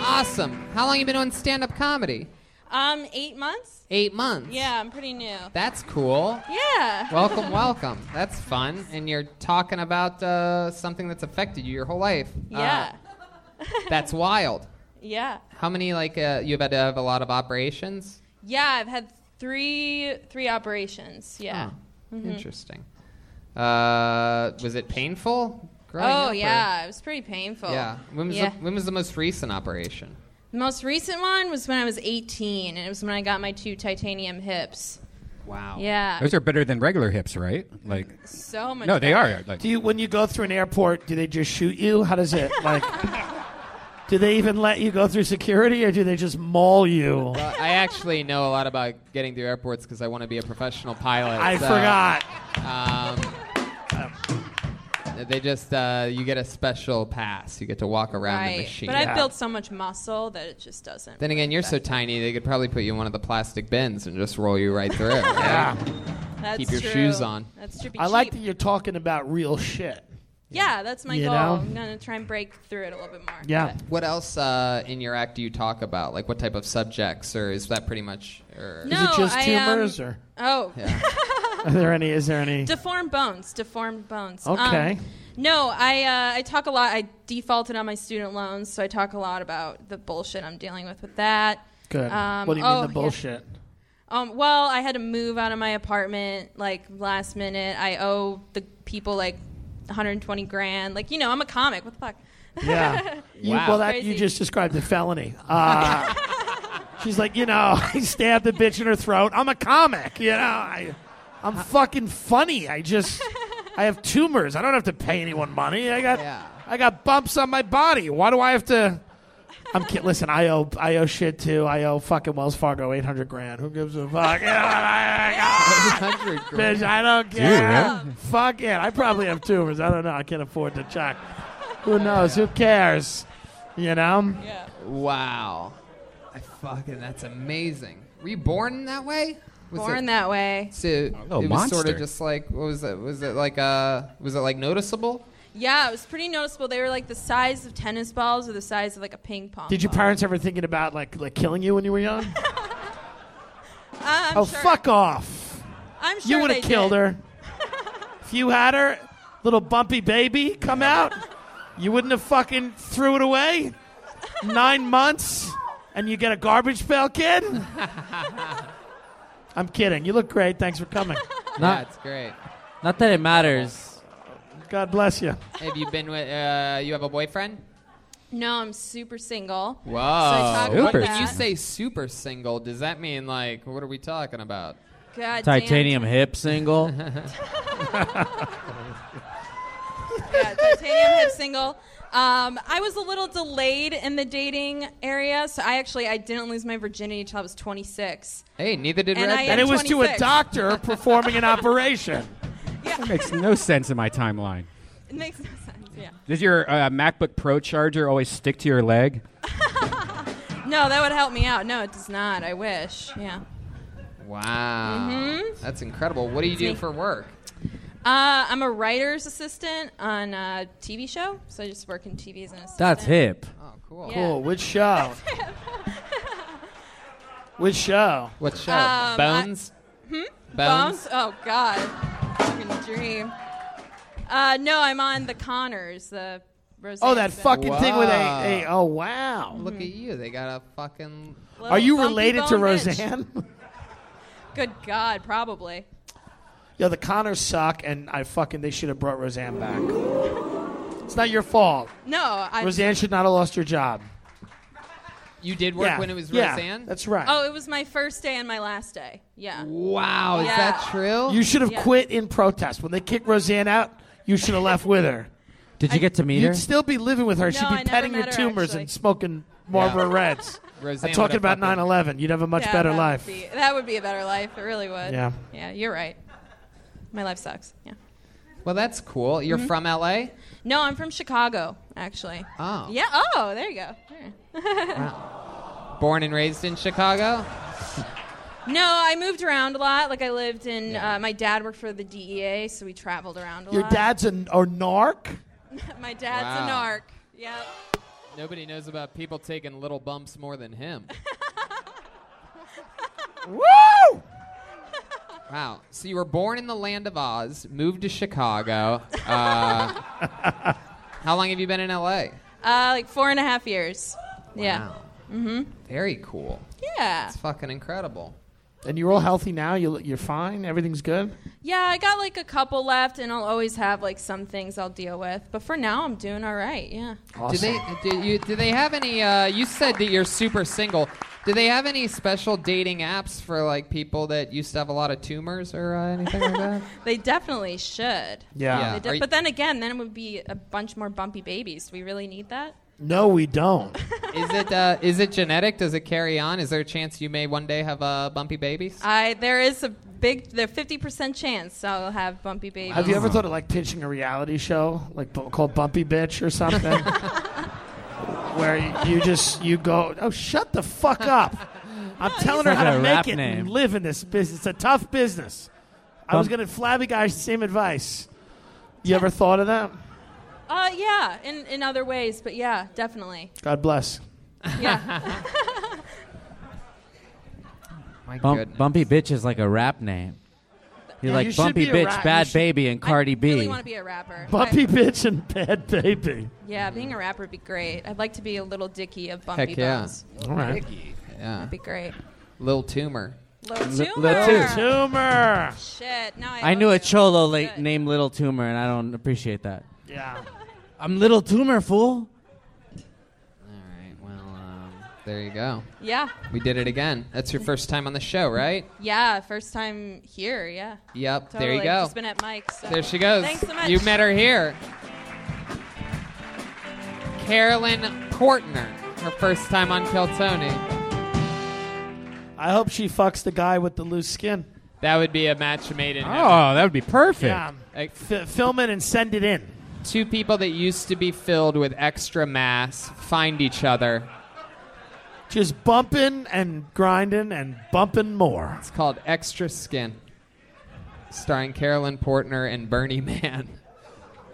Awesome. How long you been doing stand-up comedy? um, eight months? Eight months. Yeah, I'm pretty new. That's cool. Yeah. Welcome, welcome. That's fun. And you're talking about uh, something that's affected you your whole [LAUGHS] life. Uh, [LAUGHS] Yeah. that's wild. yeah. How many like uh, you've had to have a lot of operations? Yeah, I've had three three operations. Yeah. Oh, Mhm. Interesting. Uh, was it painful? growing Oh up, or- yeah, it was pretty painful. Yeah. When was, Yeah. The, when was the most recent operation? The most recent one was when I was 18, and it was when I got my two titanium hips. Wow. Yeah. Those are better than regular hips, right? Like So much No, they better. are. Like, do you when you go through an airport? Do they just shoot you? How does it like? do they even let you go through security, or do they just maul you? Well, I actually know a lot about getting through airports because I want to be a professional pilot. I so, forgot. Um, they just uh, you get a special pass. You get to walk around right. the machine. But I've built so much muscle that it just doesn't. Then again, you're so tiny they could probably put you in one of the plastic bins and just roll you right through. right? Yeah. That's Keep your true. shoes on. That's true. Be I like cheap. that you're talking about real shit. Yeah, that's my You goal. know? I'm gonna try and break through it a little bit more. What else uh, in your act do you talk about? Like what type of subjects, or is that pretty much? Or No, I, um, Oh, Are there any? Is there any? [LAUGHS] deformed bones. Deformed bones. Okay. Um, no, I uh, I talk a lot. I defaulted on my student loans, so I talk a lot about the bullshit I'm dealing with with that. Good. Um, what do you mean oh, the yeah. bullshit? Um, well, I had to move out of my apartment like last minute. I owe the people like 120 grand. Like you know, I'm a comic. What the fuck? Yeah. You, Wow. Well, that you Crazy. just described a felony. Uh, she's like, you know, [LAUGHS] I stabbed a bitch in her throat. I'm a comic. You know, I, I'm fucking funny. I just, I have tumors. I don't have to pay anyone money. I got. I got bumps on my body. Why do I have to? I'm kidding. Listen, I owe I owe shit too. I owe fucking Wells Fargo 800 grand. Who gives a fuck? oh Bitch, I don't Dude, care. yeah. [LAUGHS] Fuck it. I probably have tumors. I don't know. I can't afford to check. Who knows? Who cares? You know? Yeah. Wow. I fucking that's amazing. Were you born that way? Born that way. So little it was sort monster. of just like what was it? Was it like uh was it like noticeable? Yeah, it was pretty noticeable. They were like the size of tennis balls or the size of like a ping pong. Did your ball. parents ever thinking about like like killing you when you were young? Uh, [LAUGHS] I'm oh, sure- fuck off! I'm you sure would they have killed did. [LAUGHS] her. if you had her, little bumpy baby, come out. You wouldn't have fucking threw it away. Nine months, and you get a garbage pail kid. I'm kidding. You look great. Thanks for [LAUGHS] coming. That's great. Not that it matters. God bless you. Have you been with uh you have a boyfriend? No, I'm super single. Wow. Uh, So I talk about When that. you say super single, does that mean like what are we talking about? God Titanium hip single. yeah, titanium hip single. Um, I was a little delayed in the dating area, so I actually I didn't lose my virginity until I was 26. Hey, neither did And Red. I Band. and it was to a 26. doctor performing an operation. That makes no sense in my timeline. It makes no sense. Yeah. Does your uh, MacBook Pro charger always stick to your leg? No, that would help me out. No, it does not. I wish. Yeah. Wow. Mhm. That's incredible. What do you It's do me. for work? Uh, I'm a writer's assistant on a TV show, so I just work in TV as an assistant. [LAUGHS] That's hip. Oh, cool. Cool. Which [LAUGHS] show? Which show? What show? Um, Bones? I- hmm? Bones? Bones? Oh God, fucking dream. Uh, no, I'm on the Connors. The Roseanne Oh, that show. fucking thing with a, Wow. a oh wow. Look at you. They got a fucking. Are you bumpy related to bone bitch. Roseanne? [LAUGHS] Good God, probably. Yo, the Connors suck, and I fucking they should have brought Roseanne back. It's not your fault. No, I. Roseanne should not have lost her job. You did work Yeah, when it was yeah, Roseanne? that's right. Oh, it was my first day and my last day. Yeah. Wow, is Yeah. that true? You should have Yeah. quit in protest when they kicked Roseanne out. You should have left with her. Did you get to meet her? You'd still be living with her. No, She'd be I never petting your met her, tumors actually. and smoking Marlboro [LAUGHS] Reds. Roseanne I'm talking would've about fucking- 9/11. You'd have a much Yeah, better that would life. be- that would be a better life. It really would. Yeah. Yeah, you're right. My life sucks. Yeah. Well, that's cool. You're Mhm. from LA? No, I'm from Chicago, actually. Oh. Yeah. Oh, there you go. There. Born and raised in Chicago? No, I moved around a lot. Like I lived in. Uh, my dad worked for the DEA, so we traveled around a Your lot. dad's an, a narc. [LAUGHS] my dad's a Wow. narc. Yeah. Nobody knows about people taking little bumps more than him. Woo! Wow. So you were born in the land of Oz, moved to Chicago. Uh, how long have you been in LA? Uh, like four and a half years. Yeah. Mm-hmm. Very cool. Yeah. It's fucking incredible. And you're all healthy now. You look- you're fine. Everything's good. Yeah, I got like a couple left, and I'll always have like some things I'll deal with. But for now, I'm doing all right. Yeah. Do they do, you, do they have any? Uh, you said that you're super single. Do they have any special dating apps for like people that used to have a lot of tumors or uh, anything like that? They definitely should. Yeah. They Are de- you- but then again, then it would be a bunch more bumpy babies. Do we really need that? No, we don't. [LAUGHS] is it uh, is it genetic? Does it carry on? Is there a chance you may one day have uh, bumpy babies? I there is a big, there fifty percent chance I'll have bumpy babies. Have you ever thought of like pitching a reality show, like bu- called Bumpy Bitch or [LAUGHS] something, where y- you just you go, oh shut the fuck up! [LAUGHS] I'm telling her like how a to rap make it name. and live in this business. It's a tough business. I was Bump- gonna flabby guys the same advice. You ever thought of that? Uh, yeah, in in other ways, but yeah, definitely. God bless. Yeah. [LAUGHS] My Bump, bumpy bitch is like a rap name. You're Yeah, like you should bumpy be a bitch, rap- you bad should- baby, and Cardi B. really want to be a rapper. Bumpy I- Bitch and Bad Baby. Yeah, being a rapper would be great. I'd like to be a little dicky of bumpy Heck yeah. bones. All right. That'd be great. Little tumor. Little Li- tumor. little tumor. Tumor. Shit. Now I. I knew a cholo late named Little Tumor, and I don't appreciate that. Yeah. I'm Little Tumor, fool. There you go. Yeah. We did it again. That's your first time on the show, right? Yeah, first time here. Yeah. Yep. Totally. There you go. Just been at Mike's. so- There she goes. Thanks so much. You met her here. Carolyn Portner, her first time on Kill Tony. I hope she fucks the guy with the loose skin. That would be a match made in heaven. Oh, that would be perfect. Yeah, f- film it and send it in. Two people that used to be filled with extra mass find each other. Just bumping and grinding and bumping more. It's called Extra Skin, starring Carolyn Portner and Bernie Man.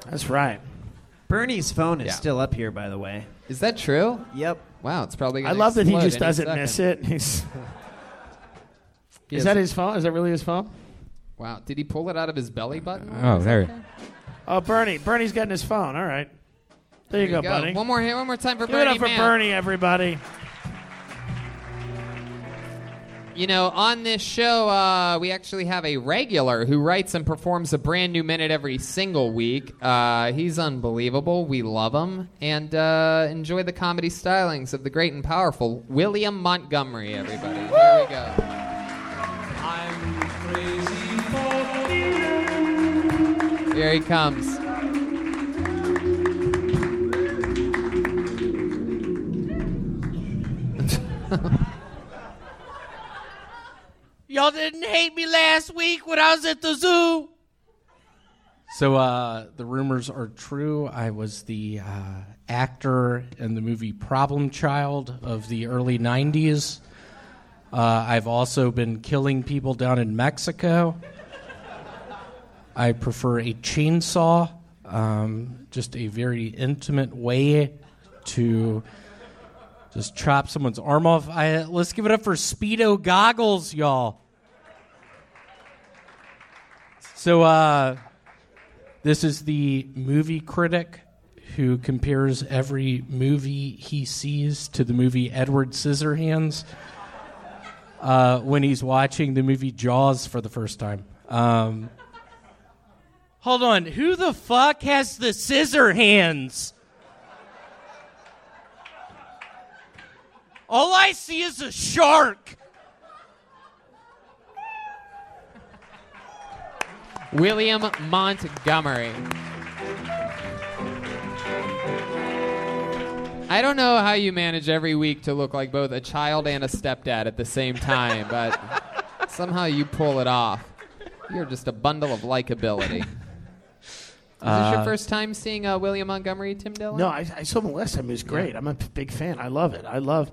That's right. Bernie's phone is Yeah. still up here, by the way. Is that true? Yep. Wow, it's probably. I gonna love that he explode just any doesn't second. miss it. [LAUGHS] He's. He Is has- that his phone? Is that really his phone? Wow, did he pull it out of his belly button? Oh, there. Oh, Bernie. Bernie's getting his phone. All right. There you, There you go, go. buddy. One more hand, one more time for Give Bernie it up for Mac. Bernie, everybody. You know, on this show, uh, we actually have a regular who writes and performs a brand new minute every single week. Uh, he's unbelievable. We love him. And uh, enjoy the comedy stylings of the great and powerful William Montgomery, everybody. Here we go. Here he comes. Y'all didn't hate me last week when I was at the zoo. So uh, the rumors are true. I was the uh, actor in the movie Problem Child of the early 90s. Uh, I've also been killing people down in Mexico. I prefer a chainsaw, um, just a very intimate way to just chop someone's arm off. I, let's give it up for Speedo Goggles, y'all. So uh, this is the movie critic who compares every movie he sees to the movie Edward Scissorhands uh, when he's watching the movie Jaws for the first time. Um, Hold on, who the fuck has the scissor hands? All I see is a shark. William Montgomery. I don't know how you manage every week to look like both a child and a stepdad at the same time, but somehow you pull it off. You're just a bundle of likability. Is this your Uh, first time seeing uh, William Montgomery, Tim Dillon? No, I, I saw him last time. He was great. I'm a p- big fan. I love it. I love.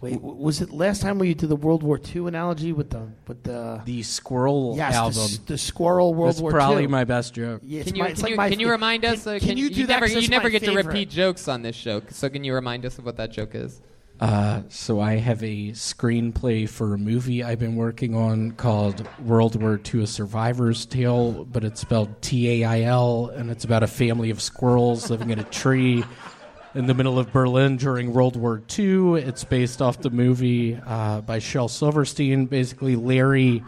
Wait, w- was it last time where you did the World War II analogy with the with the the squirrel yes, album. The, s- the squirrel World That's War probably II. my best joke. Yeah, it's Can you, my- can it's like you, my can you fa- remind us? uh, Can, you do you that? Never, 'Cause you that's never my get to favorite. repeat jokes on this show, so can you remind us of what that joke is? Uh, so I have a screenplay for a movie I've been working on called World War II: A Survivor's Tale, but it's spelled T-A-I-L, and it's about a family of squirrels living in a tree in the middle of Berlin during World War II. It's based off the movie uh, by Shel Silverstein. Basically, Larry,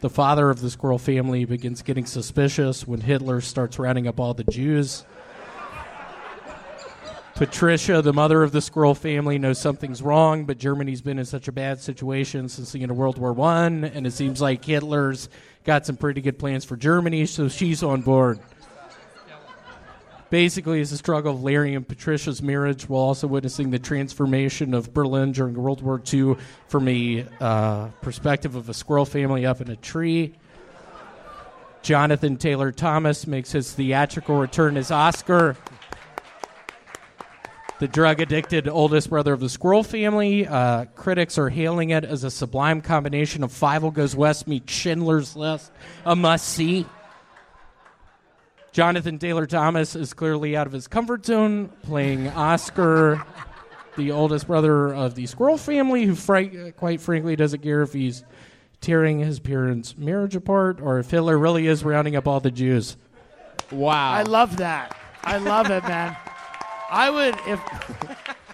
the father of the squirrel family, begins getting suspicious when Hitler starts rounding up all the Jews. Patricia, the mother of the squirrel family, knows something's wrong, but Germany's been in such a bad situation since the end of World War One, and it seems like Hitler's got some pretty good plans for Germany, so she's on board. Basically, it's a struggle of Larry and Patricia's marriage while also witnessing the transformation of Berlin during World War II from a uh, perspective of a squirrel family up in a tree. Jonathan Taylor Thomas makes his theatrical return as Oscar the drug addicted oldest brother of the squirrel family. Uh, critics are hailing it as a sublime combination of Five Will Goes West meets Schindler's List, a must see. Jonathan Taylor Thomas is clearly out of his comfort zone, playing Oscar, the oldest brother of the squirrel family, who, fri- quite frankly, doesn't care if he's tearing his parents' marriage apart or if Hitler really is rounding up all the Jews. Wow. I love that. I love it, man. I would if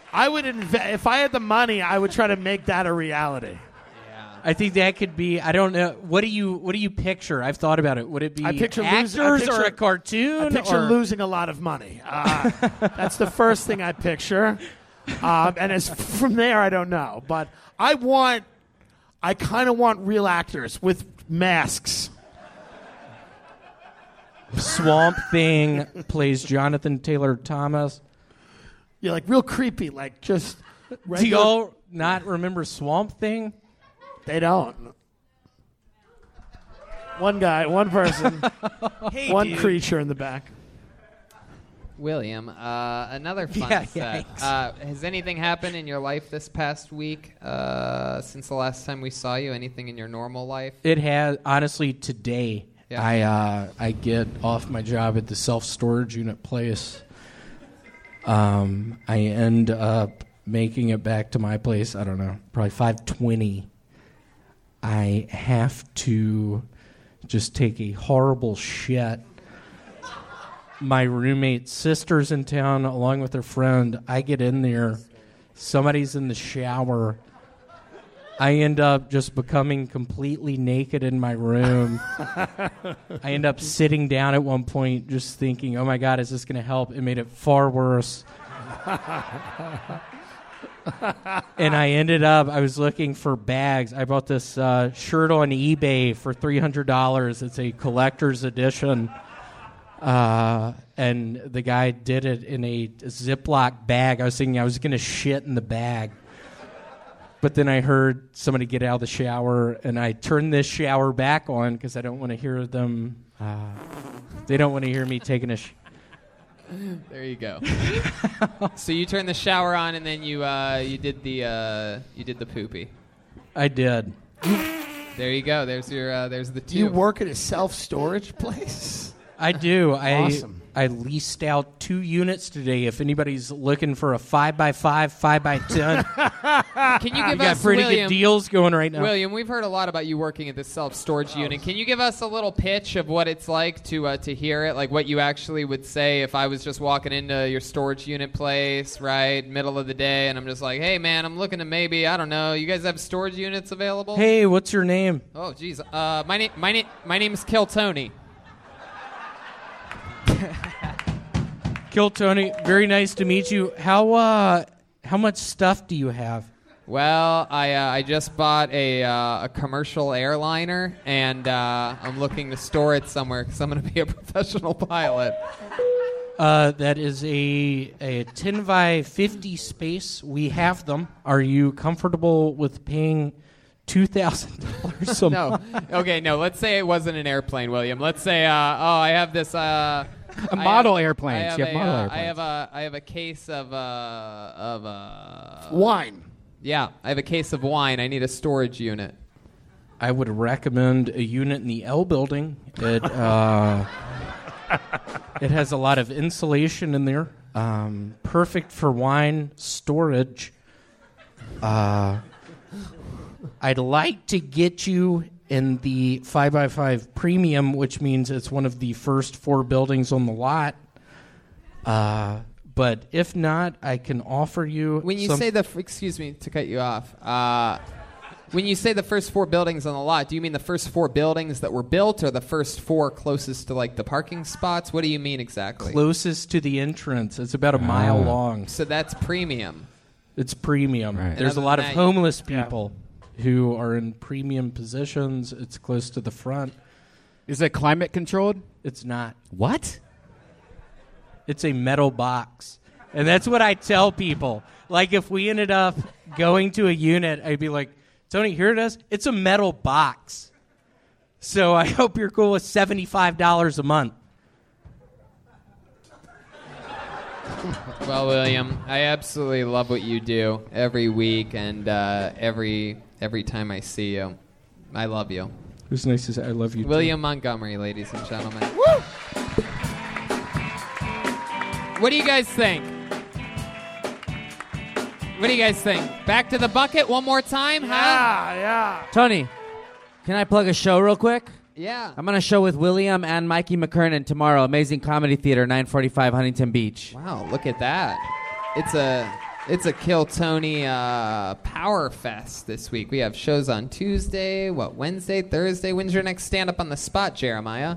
[LAUGHS] I would inve- if I had the money, I would try to make that a reality. I think that could be. I don't know. What do you What do you picture? I've thought about it. Would it be I picture actors losing, I picture, or a cartoon? I picture or- losing a lot of money. Uh, [LAUGHS] that's the first thing I picture, um, and as [LAUGHS] from there, I don't know. But I want, I kind of want real actors with masks. [LAUGHS] Swamp Thing plays Jonathan Taylor Thomas. You're like real creepy, like just. Do regular- y'all not remember Swamp Thing? They don't. One guy, one person, [LAUGHS] Hey, one dude. creature in the back. William, uh, another fun Yeah, set. yikes. Uh, has anything happened in your life this past week uh, since the last time we saw you? Anything in your normal life? It has honestly today. Yeah. I uh, I get off my job at the self storage unit place. Um, I end up making it back to my place. I don't know, probably five twenty. I have to just take a horrible shit. My roommate's sister's in town along with her friend. I get in there. Somebody's in the shower. I end up just becoming completely naked in my room. I end up sitting down at one point just thinking, oh my God, is this going to help? It made it far worse. and I ended up, I was looking for bags. I bought this uh, shirt on eBay for $300. It's a collector's edition. Uh, and the guy did it in a Ziploc bag. I was thinking I was going to shit in the bag. But then I heard somebody get out of the shower, and I turned this shower back on because I don't want to hear them. Uh, they don't want to hear me taking a. Sh- There you go. [LAUGHS] so you turned the shower on, and then you uh, you did the uh, you did the poopy. I did. There you go. There's your uh, there's the two. Do you work at a self storage place? I do. I Awesome. I leased out two units today. If anybody's looking for a five by five, five by [LAUGHS] ten, Can you give got us pretty good William, deals going right now. William, we've heard a lot about you working at this self storage unit. Can you give us a little pitch of what it's like to uh, to hear it? Like what you actually would say if I was just walking into your storage unit place, right, middle of the day, and I'm just like, hey man, I'm looking to maybe I don't know. You guys have storage units available? hey, what's your name? Oh geez, uh, my name my name my name is Kill Tony. Kill Tony. Very nice to meet you. How uh, how much stuff do you have? Well, I uh, I just bought a uh, a commercial airliner, and uh, I'm looking to store it somewhere because I'm going to be a [LAUGHS] professional pilot. Uh, that is a a ten by fifty space. We have them. Are you comfortable with paying two thousand dollars a [LAUGHS] no, month? okay, no. Let's say it wasn't an airplane, William. Let's say, uh, oh, I have this. Uh, [LAUGHS] [LAUGHS] A I model have- airplanes. I have You have a, model uh, I airplanes. have a I have a case of uh, of uh, Wine. Yeah, I have a case of wine. I need a storage unit. I would recommend a unit in the L building. It uh, it has a lot of insulation in there. Um, perfect for wine storage. Uh, I'd like to get you in the five by five premium, which means it's one of the first four buildings on the lot. Uh, but if not, I can offer you. When you some- say the, f- excuse me to cut you off. Uh, when you say the first four buildings on the lot, do you mean the first four buildings that were built, or the first four closest to like the parking spots? What do you mean exactly? closest to the entrance, it's about a mile Ah. long. So that's premium. It's premium. Right. There's a Other lot of than that, homeless people who are in premium positions. It's close to the front. Is it climate controlled? It's not. What? It's a metal box. And that's what I tell people. Like if we ended up going to a unit, I'd be like, Tony, here it is. It's a metal box. So I [LAUGHS] hope you're cool with seventy-five dollars a month. Well, William, I absolutely love what you do every week and uh, every every time I see you. I love you, It was nice to say I love you. William Montgomery, ladies and gentlemen. What do you guys think? What do you guys think? Back to the bucket one more time, huh? Yeah, Tony, can I plug a show real quick? Yeah. I'm on a show with William and Mikey McKernan tomorrow. Amazing Comedy Theater, 945 Huntington Beach. Wow, Oh, look at that. It's a it's a Kill Tony uh, Power Fest this week. We have shows on Tuesday, what Wednesday, Thursday. When's your next stand up on the spot, Jeremiah?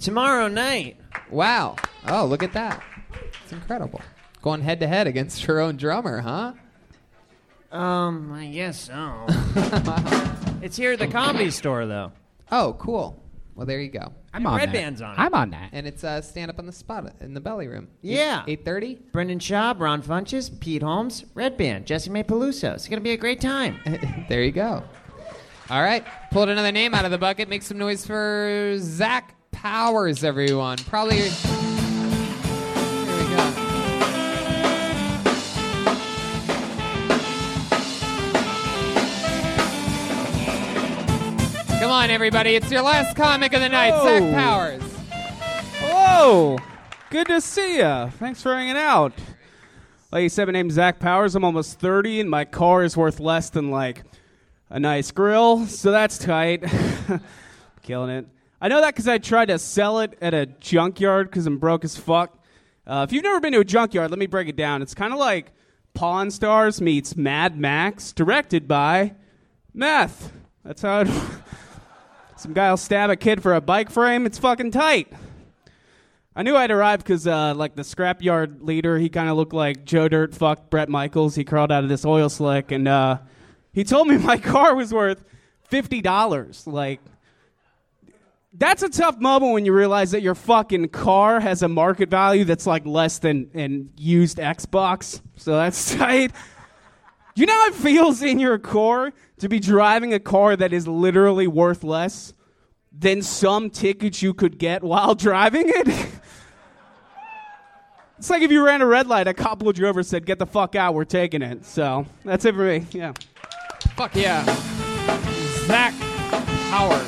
Tomorrow night. Wow. Oh, look at that. It's incredible. Going head to head against your own drummer, huh? Um, [LAUGHS] I guess so. it's here at the comedy store, though. Oh, cool. Well, there you go. I'm on Red that. Band's on it. I'm on that. And it's uh, stand up on the spot in the belly room. Yeah. Eight thirty. Brendan Shaw, Ron Funches, Pete Holmes, Red Band, Jesse May Peluso. It's gonna be a great time. [LAUGHS] there you go. All right. Pulled another name out of the bucket. Make some noise for Zach Powers, everyone. Probably. Here we go. Come on, everybody. It's your last comic of the night, Oh. Zach Powers. Hello. Good to see ya. Thanks for hanging out. Like you said, my name's Zach Powers. I'm almost 30, and my car is worth less than, like, a nice grill, so that's tight. [LAUGHS] Killing it. I know that because I tried to sell it at a junkyard because I'm broke as fuck. Uh, if you've never been to a junkyard, let me break it down. It's kind of like Pawn Stars meets Mad Max, directed by Meth. That's how it. [LAUGHS] Some guy will stab a kid for a bike frame. It's fucking tight. I knew I'd arrived because, uh, like, the scrapyard leader, he kind of looked like Joe Dirt fucked Brett Michaels. He crawled out of this oil slick, and uh, he told me [LAUGHS] my car was worth fifty dollars. Like, that's a tough moment when you realize that your fucking car has a market value that's like less than an used Xbox. So that's [LAUGHS] tight. You know how it feels in your core to be driving a car that is literally worth less than some tickets you could get while [LAUGHS] driving it? it's like if you ran a red light, a cop pulled you over and said, Get the fuck out, we're taking it. So that's it for me. Yeah. Fuck yeah. Zach Howard.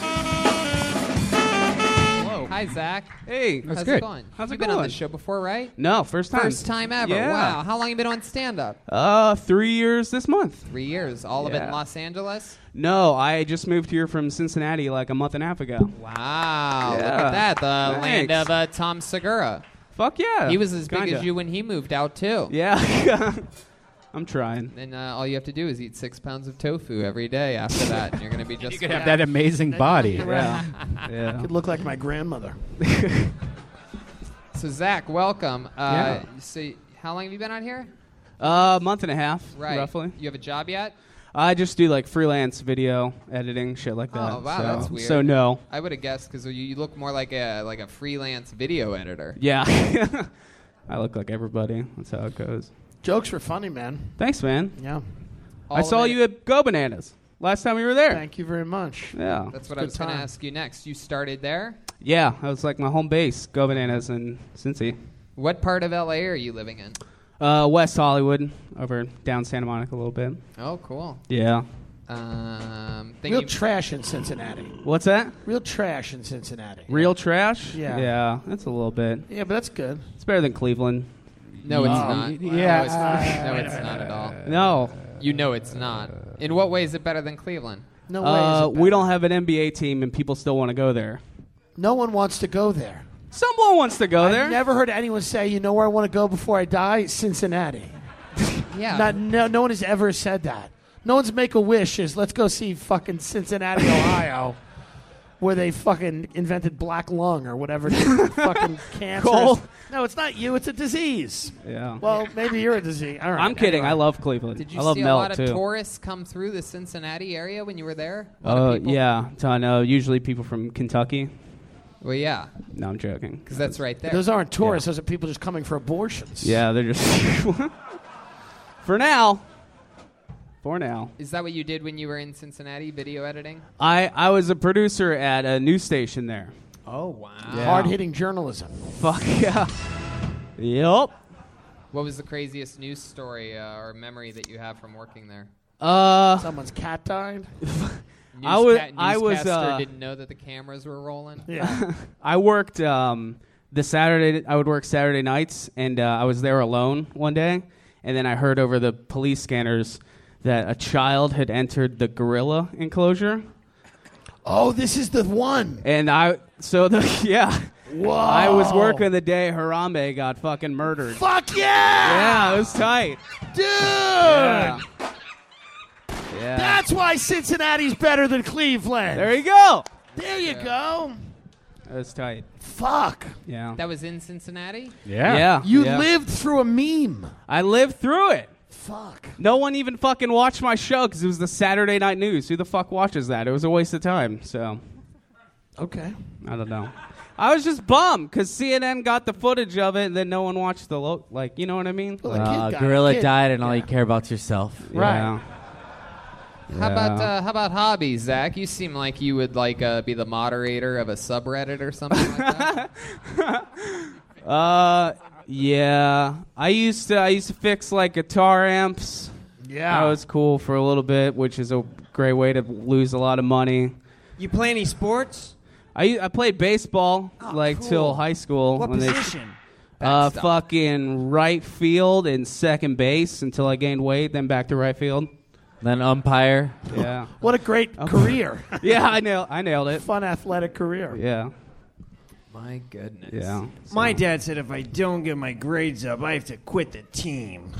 Hello. Hi, Zach. Hey, how's that's it good. going? How's it You've been on going? the show before, right? No, first time. First time ever. Yeah. Wow. How long you been on stand up? Uh, three years this month. Three years. All of it in Yeah. Los Angeles. No, I just moved here from Cincinnati like a month and a half ago. Wow. [LAUGHS] Look at that. The land of uh, Tom Segura. Fuck yeah. He was as big Kinda. as you when he moved out, too. Yeah. [LAUGHS] I'm trying. And uh, all you have to do is eat six pounds of tofu every day after that, and you're going to be [LAUGHS] just You could fine. have that amazing body. yeah. Could look like my grandmother. So, Zach, welcome. Uh, Yeah. So, how long have you been on here? Uh, month and a half, Right. roughly. You have a job yet? I just do like freelance video editing, shit like that. Oh wow, so, that's weird. So no. I would have guessed because you, you look more like a like a freelance video editor. Yeah. [LAUGHS] I look like everybody. That's how it goes. [LAUGHS] Jokes were funny, man. Thanks, man. Yeah. I saw you at Go Bananas last time we were there. Thank you very much. Yeah. that's what I Good was going to time. ask you next. You started there. Yeah, that was like my home base, Go Bananas in Cincy. What part of LA are you living in? Uh, West Hollywood, over down Santa Monica a little bit. Oh, cool. Yeah. Um, think Real you- trash in Cincinnati. What's that? Real trash in Cincinnati. Real trash? Yeah. Yeah, that's a little bit. Yeah, but that's good. It's better than Cleveland. Um, No, it's Oh, not. yeah. No, [LAUGHS] it's not. No, it's not at all. No. You know it's not. In what way is it better than Cleveland? No Uh, we don't have an NBA team, and people still want to go there. No one wants to go there. Someone wants to go there. Never heard anyone say, "You know where I want to go before I die? Cincinnati." yeah. Not, no, no one has ever said that. No one's make a wish is let's go see fucking Cincinnati, Ohio, where they fucking invented black lung or whatever fucking cancer. Cole? No, it's not you. It's a disease. Yeah. Well, maybe you're a disease. [LAUGHS] All right. I'm kidding. I love Cleveland. Did you I love see Mel a lot too. of tourists come through the Cincinnati area when you were there? Oh yeah, ton. Uh, usually people from Kentucky. Well, yeah, No, I'm joking. because that's right there. Those aren't tourists. Those are people just coming for abortions. Yeah, they're just [LAUGHS] for now. For now, Is that what you did when you were in Cincinnati, video editing? I I was a producer at a news station there. Oh wow. Yeah. Hard hitting [LAUGHS] journalism. Fuck yeah. Yep. What was the craziest news story uh, or memory that you have from working there? Uh, Someone's cat died. I was Newsca- I was newscaster uh, didn't know that the cameras were rolling. [LAUGHS] I worked um, the Saturday. I would work Saturday nights, and uh, I was there alone one day. And then I heard over the police scanners that a child had entered the gorilla enclosure. Oh, this is the one. And I so the [LAUGHS] yeah. Whoa. I was working the day Harambe got fucking murdered. Fuck yeah! Yeah, it was tight. Dude! Yeah. Yeah. That's why Cincinnati's better than Cleveland. [LAUGHS] There you go. There you go. It was tight. Fuck. Yeah. That was in Cincinnati. Yeah. Yeah. You Yeah. lived through a meme. I lived through it. Fuck. No one even fucking watched my show because it was the Saturday night news. Who the fuck watches that? It was a waste of time. So Okay. I don't know. I was just bummed because CNN got the footage of it, and then no one watched the lo- like. You know what I mean? Uh, gorilla died, and all you care about is yourself. Right. Yeah. How about Yeah. uh, how about hobbies, Zach? You seem like you would like uh, be the moderator of a subreddit or something like that. [LAUGHS] Uh, yeah. I used to I used to fix like guitar amps. Yeah. that was cool for a little bit, which is a great way to lose a lot of money. You play any sports? I I played baseball like till high school. Ah, What when they- position? uh, Backstop. fucking right field and second base until I gained weight, then back to right field. Then umpire. Yeah. What a great career. [LAUGHS] yeah, I nailed. I nailed it. Fun athletic career. Yeah. My goodness. Yeah. My dad said if I don't get my grades up, I have to quit the [LAUGHS] team.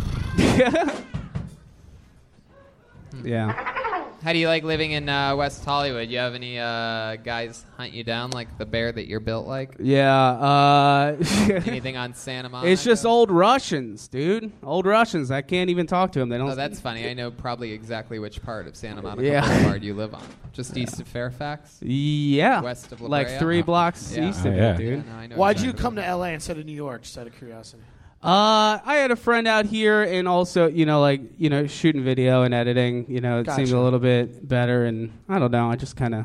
Hmm. Yeah. How do you like living in uh, West Hollywood? You have any uh, guys hunt you down like the bear that you're built like? Yeah. Uh, [LAUGHS] Anything on Santa Monica? It's just old Russians, dude. Old Russians. I can't even talk to them. They don't. Oh, that's funny. I know probably exactly which part of Santa Monica Yeah. Boulevard you live on. Just east of Fairfax. Yeah. West of La Like Brea? three blocks Yeah. east of it, dude. Yeah, no, I know Why'd exactly. you come to LA instead of New York, just out of curiosity? Uh, I had a friend out here, and also, you know, like you know, shooting video and editing. You know, it seemed Gotcha. a little bit better, and I don't know. I just kind of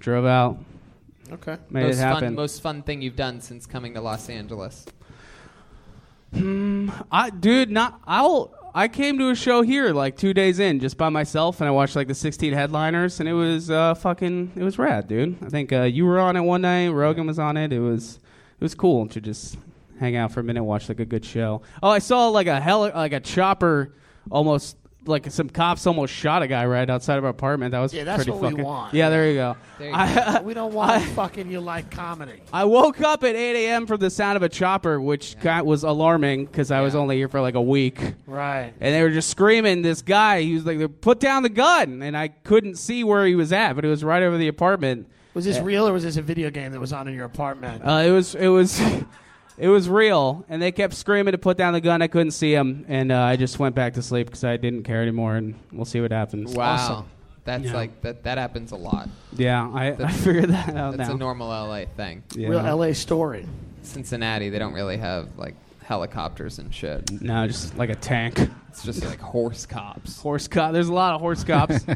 drove out. Okay. Made most it Fun, happen. most fun thing you've done since coming to Los Angeles? Hmm. I, dude, not I'll. I came to a show here like two days in, just by myself, and I watched like the 16 headliners, and it was uh, fucking, it was rad, dude. I think uh, you were on it one night, Rogan was on it. It was, it was cool to just hang out for a minute, watch like a good show. Oh, I saw like a hell, like a chopper, almost like some cops almost shot a guy right outside of our apartment. That was Yeah, that's pretty what we fucking. want. Yeah, there you go. [LAUGHS] I- we don't want fucking you like comedy. I woke up at 8 a.m. from the sound of a chopper, which got, was alarming because I was only here for like a week. Right. And they were just screaming. This guy, he was like, "Put down the gun!" And I couldn't see where he was at, but it was right over the apartment. Was this Yeah. real or was this a video game that was on in your apartment? Uh, it was. It was. [LAUGHS] It was real, and they kept screaming to put down the gun. I couldn't see him, and uh, I just went back to sleep because I didn't care anymore. And we'll see what happens. Wow. That's like that. That happens a lot. Yeah, I, I That's- figured that out That's now. a normal LA thing. Yeah. Real LA story. Cincinnati, they don't really have like helicopters and shit. No, just like a tank. It's just like horse cops. Horse cop. There's a lot of horse [LAUGHS] cops. All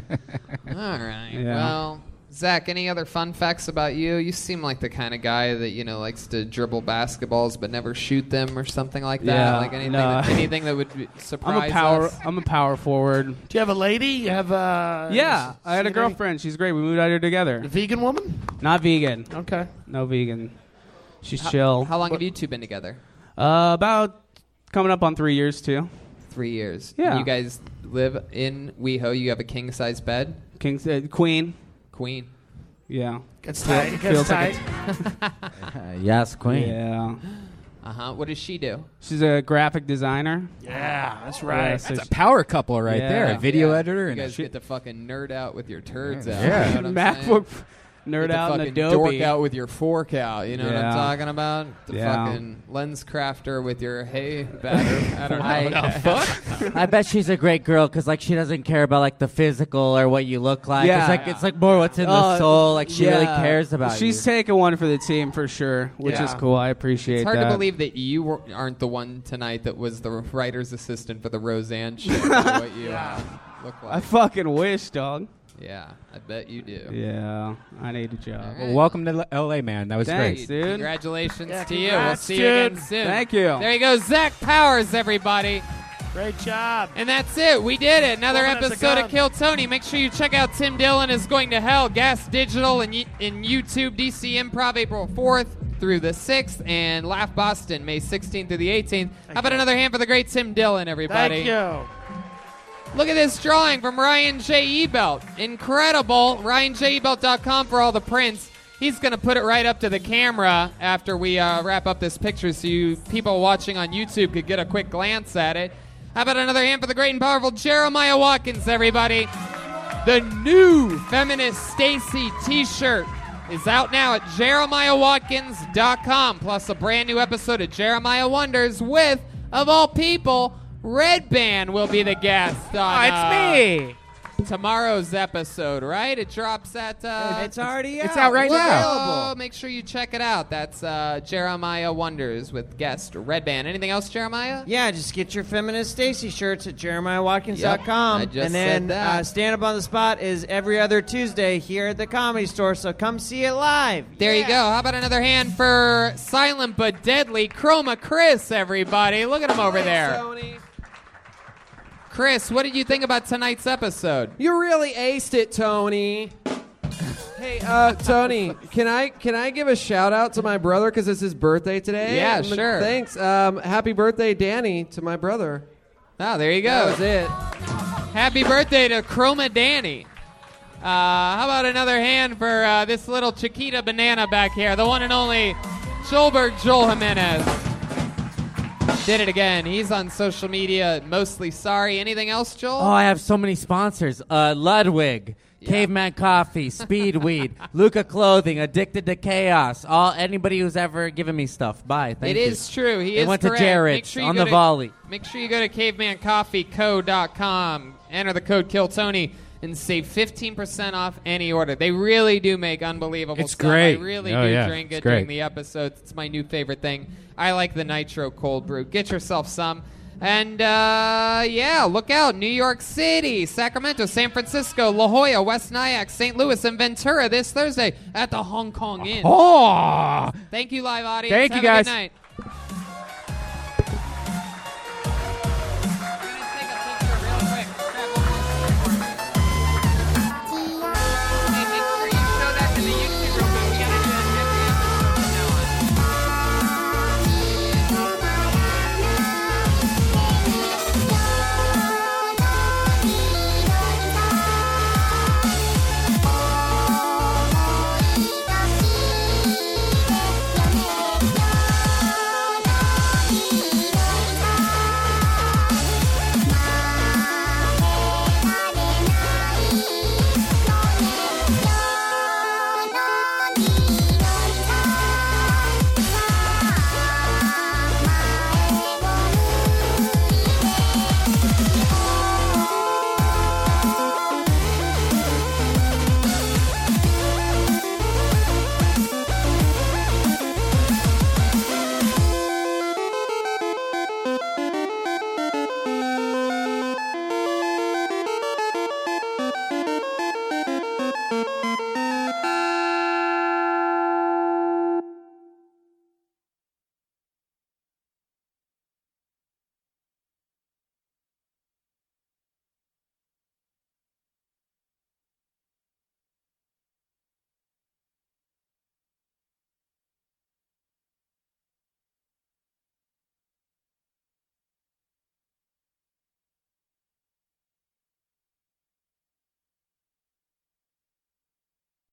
right. Well, Zach, any other fun facts about you? You seem like the kind of guy that you know likes to dribble basketballs but never shoot them or something like that. Yeah, like anything, no. [LAUGHS] that, anything that would be- surprise I'm a power. us. I'm a power forward. Do you have a lady? You have uh, a Yeah, I had seen a any- girlfriend. She's great. We moved out here together. vegan woman? Not vegan. Okay. No vegan. She's How- chill. How long have you two been together? Uh, about coming up on three years too. Three years. Yeah. And You guys live in WeHo. You have a king size bed. King uh, Queen. Queen. Yeah. Gets Feel- tight, gets feels like [LAUGHS] Uh, yes, queen. Yeah. Uh huh. What does she do? She's a graphic designer. Yeah, that's right. Yeah, so That's a she- power couple right Yeah. there. A video Yeah. editor You and a guys get to fucking nerd out with your turds out. Yeah. You know what I'm MacBook saying? nerd Get to out and fucking Adobe. Dork out with your fork out. You know what Yeah. I'm talking about? The Yeah. fucking lens crafter with your hay batter. I don't know. [LAUGHS] I, [LAUGHS] uh, I bet she's a great girl because like she doesn't care about like the physical or what you look like. Yeah. It's like it's like more what's in the Oh, Uh, soul. Like she really yeah. cares about She's taking one for the team for sure, which Yeah. is cool. I appreciate It's hard that. to believe that you were, aren't the one tonight that was the writer's assistant for the [LAUGHS] Roseanne show. what you uh, look like. I fucking wish, dog. yeah, I bet you do. Yeah, I need a job. All you. welcome to L.A. Man. That was Thanks, great. dude. Congratulations Yeah, to you. We'll congrats, see you again dude. soon. Thank you. There you go, Zach Powers, everybody. Great job. And that's it. We did it. Another Woman has a episode gun. of Kill Tony. Make sure you check out Tim Dillon is going to hell. Gas Digital and y- in YouTube DC Improv April 4th through the 6th and Laugh Boston May 16th through the 18th. How about another hand for the great Tim Dillon, everybody? Thank you. Look at this drawing from Ryan J. Ebelt. Incredible. RyanJEbelt.com for all the prints. He's going to put it right up to the camera after we uh, wrap up this picture so you people watching on YouTube could get a quick glance at it. How about another hand for the great and powerful Jeremiah Watkins, everybody? The new Feminist Stacy t shirt is out now at jeremiahwatkins.com, plus a brand new episode of Jeremiah Wonders with, of all people, Red Band will be the guest. On, Ah, Oh, it's uh, me. Tomorrow's episode, right? It drops at. Uh, It's already It's out. out right It's now. available. Oh, make sure you check it out. That's uh, Jeremiah Wonders with guest Red Band. Anything else, Jeremiah? Yeah, just get your feminist Stacy shirts at Yep, jeremiahwatkins.com. I just and then said that. Uh, Stand Up on the Spot is every other Tuesday here at the Comedy Store, so come see it live. There you go. How about another hand for silent but deadly Chroma Chris, everybody? Look at him over there. Chris, what did you think about tonight's episode? You really aced it, Tony. hey, uh, Tony, can I can I give a shout out to my brother because it's his birthday today? Yeah, And sure. Thanks. Um, happy birthday, Danny, to my brother. Oh, there you go. That was it. Happy birthday to Chroma Danny. Uh, how about another hand for uh, this little Chiquita banana back here, the one and only Joelberg Joel Jimenez. Did it again. He's on social media, mostly sorry. Anything else, Joel? Oh, I have so many sponsors. Uh, Ludwig, Caveman Coffee, Speed [LAUGHS] Weed, Luca Clothing, Addicted to Chaos. All anybody who's ever given me stuff. Bye. Thank It you. is true. He They is went correct. to Jared Make sure you on go the to- volley. Make sure you go to cavemancoffeeco.com. Enter the code KillTony and save 15% off any order. They really do make unbelievable It's stuff. great. I really Oh, do yeah. drink It's it during great. the episodes. It's my new favorite thing. I like the nitro cold brew. Get yourself some. And uh, yeah, look out. New York City, Sacramento, San Francisco, La Jolla, West Nyack, St. Louis, and Ventura this Thursday at the Hong Kong Inn. Oh! Thank you, live audience. Thank Have you, a guys. Good night.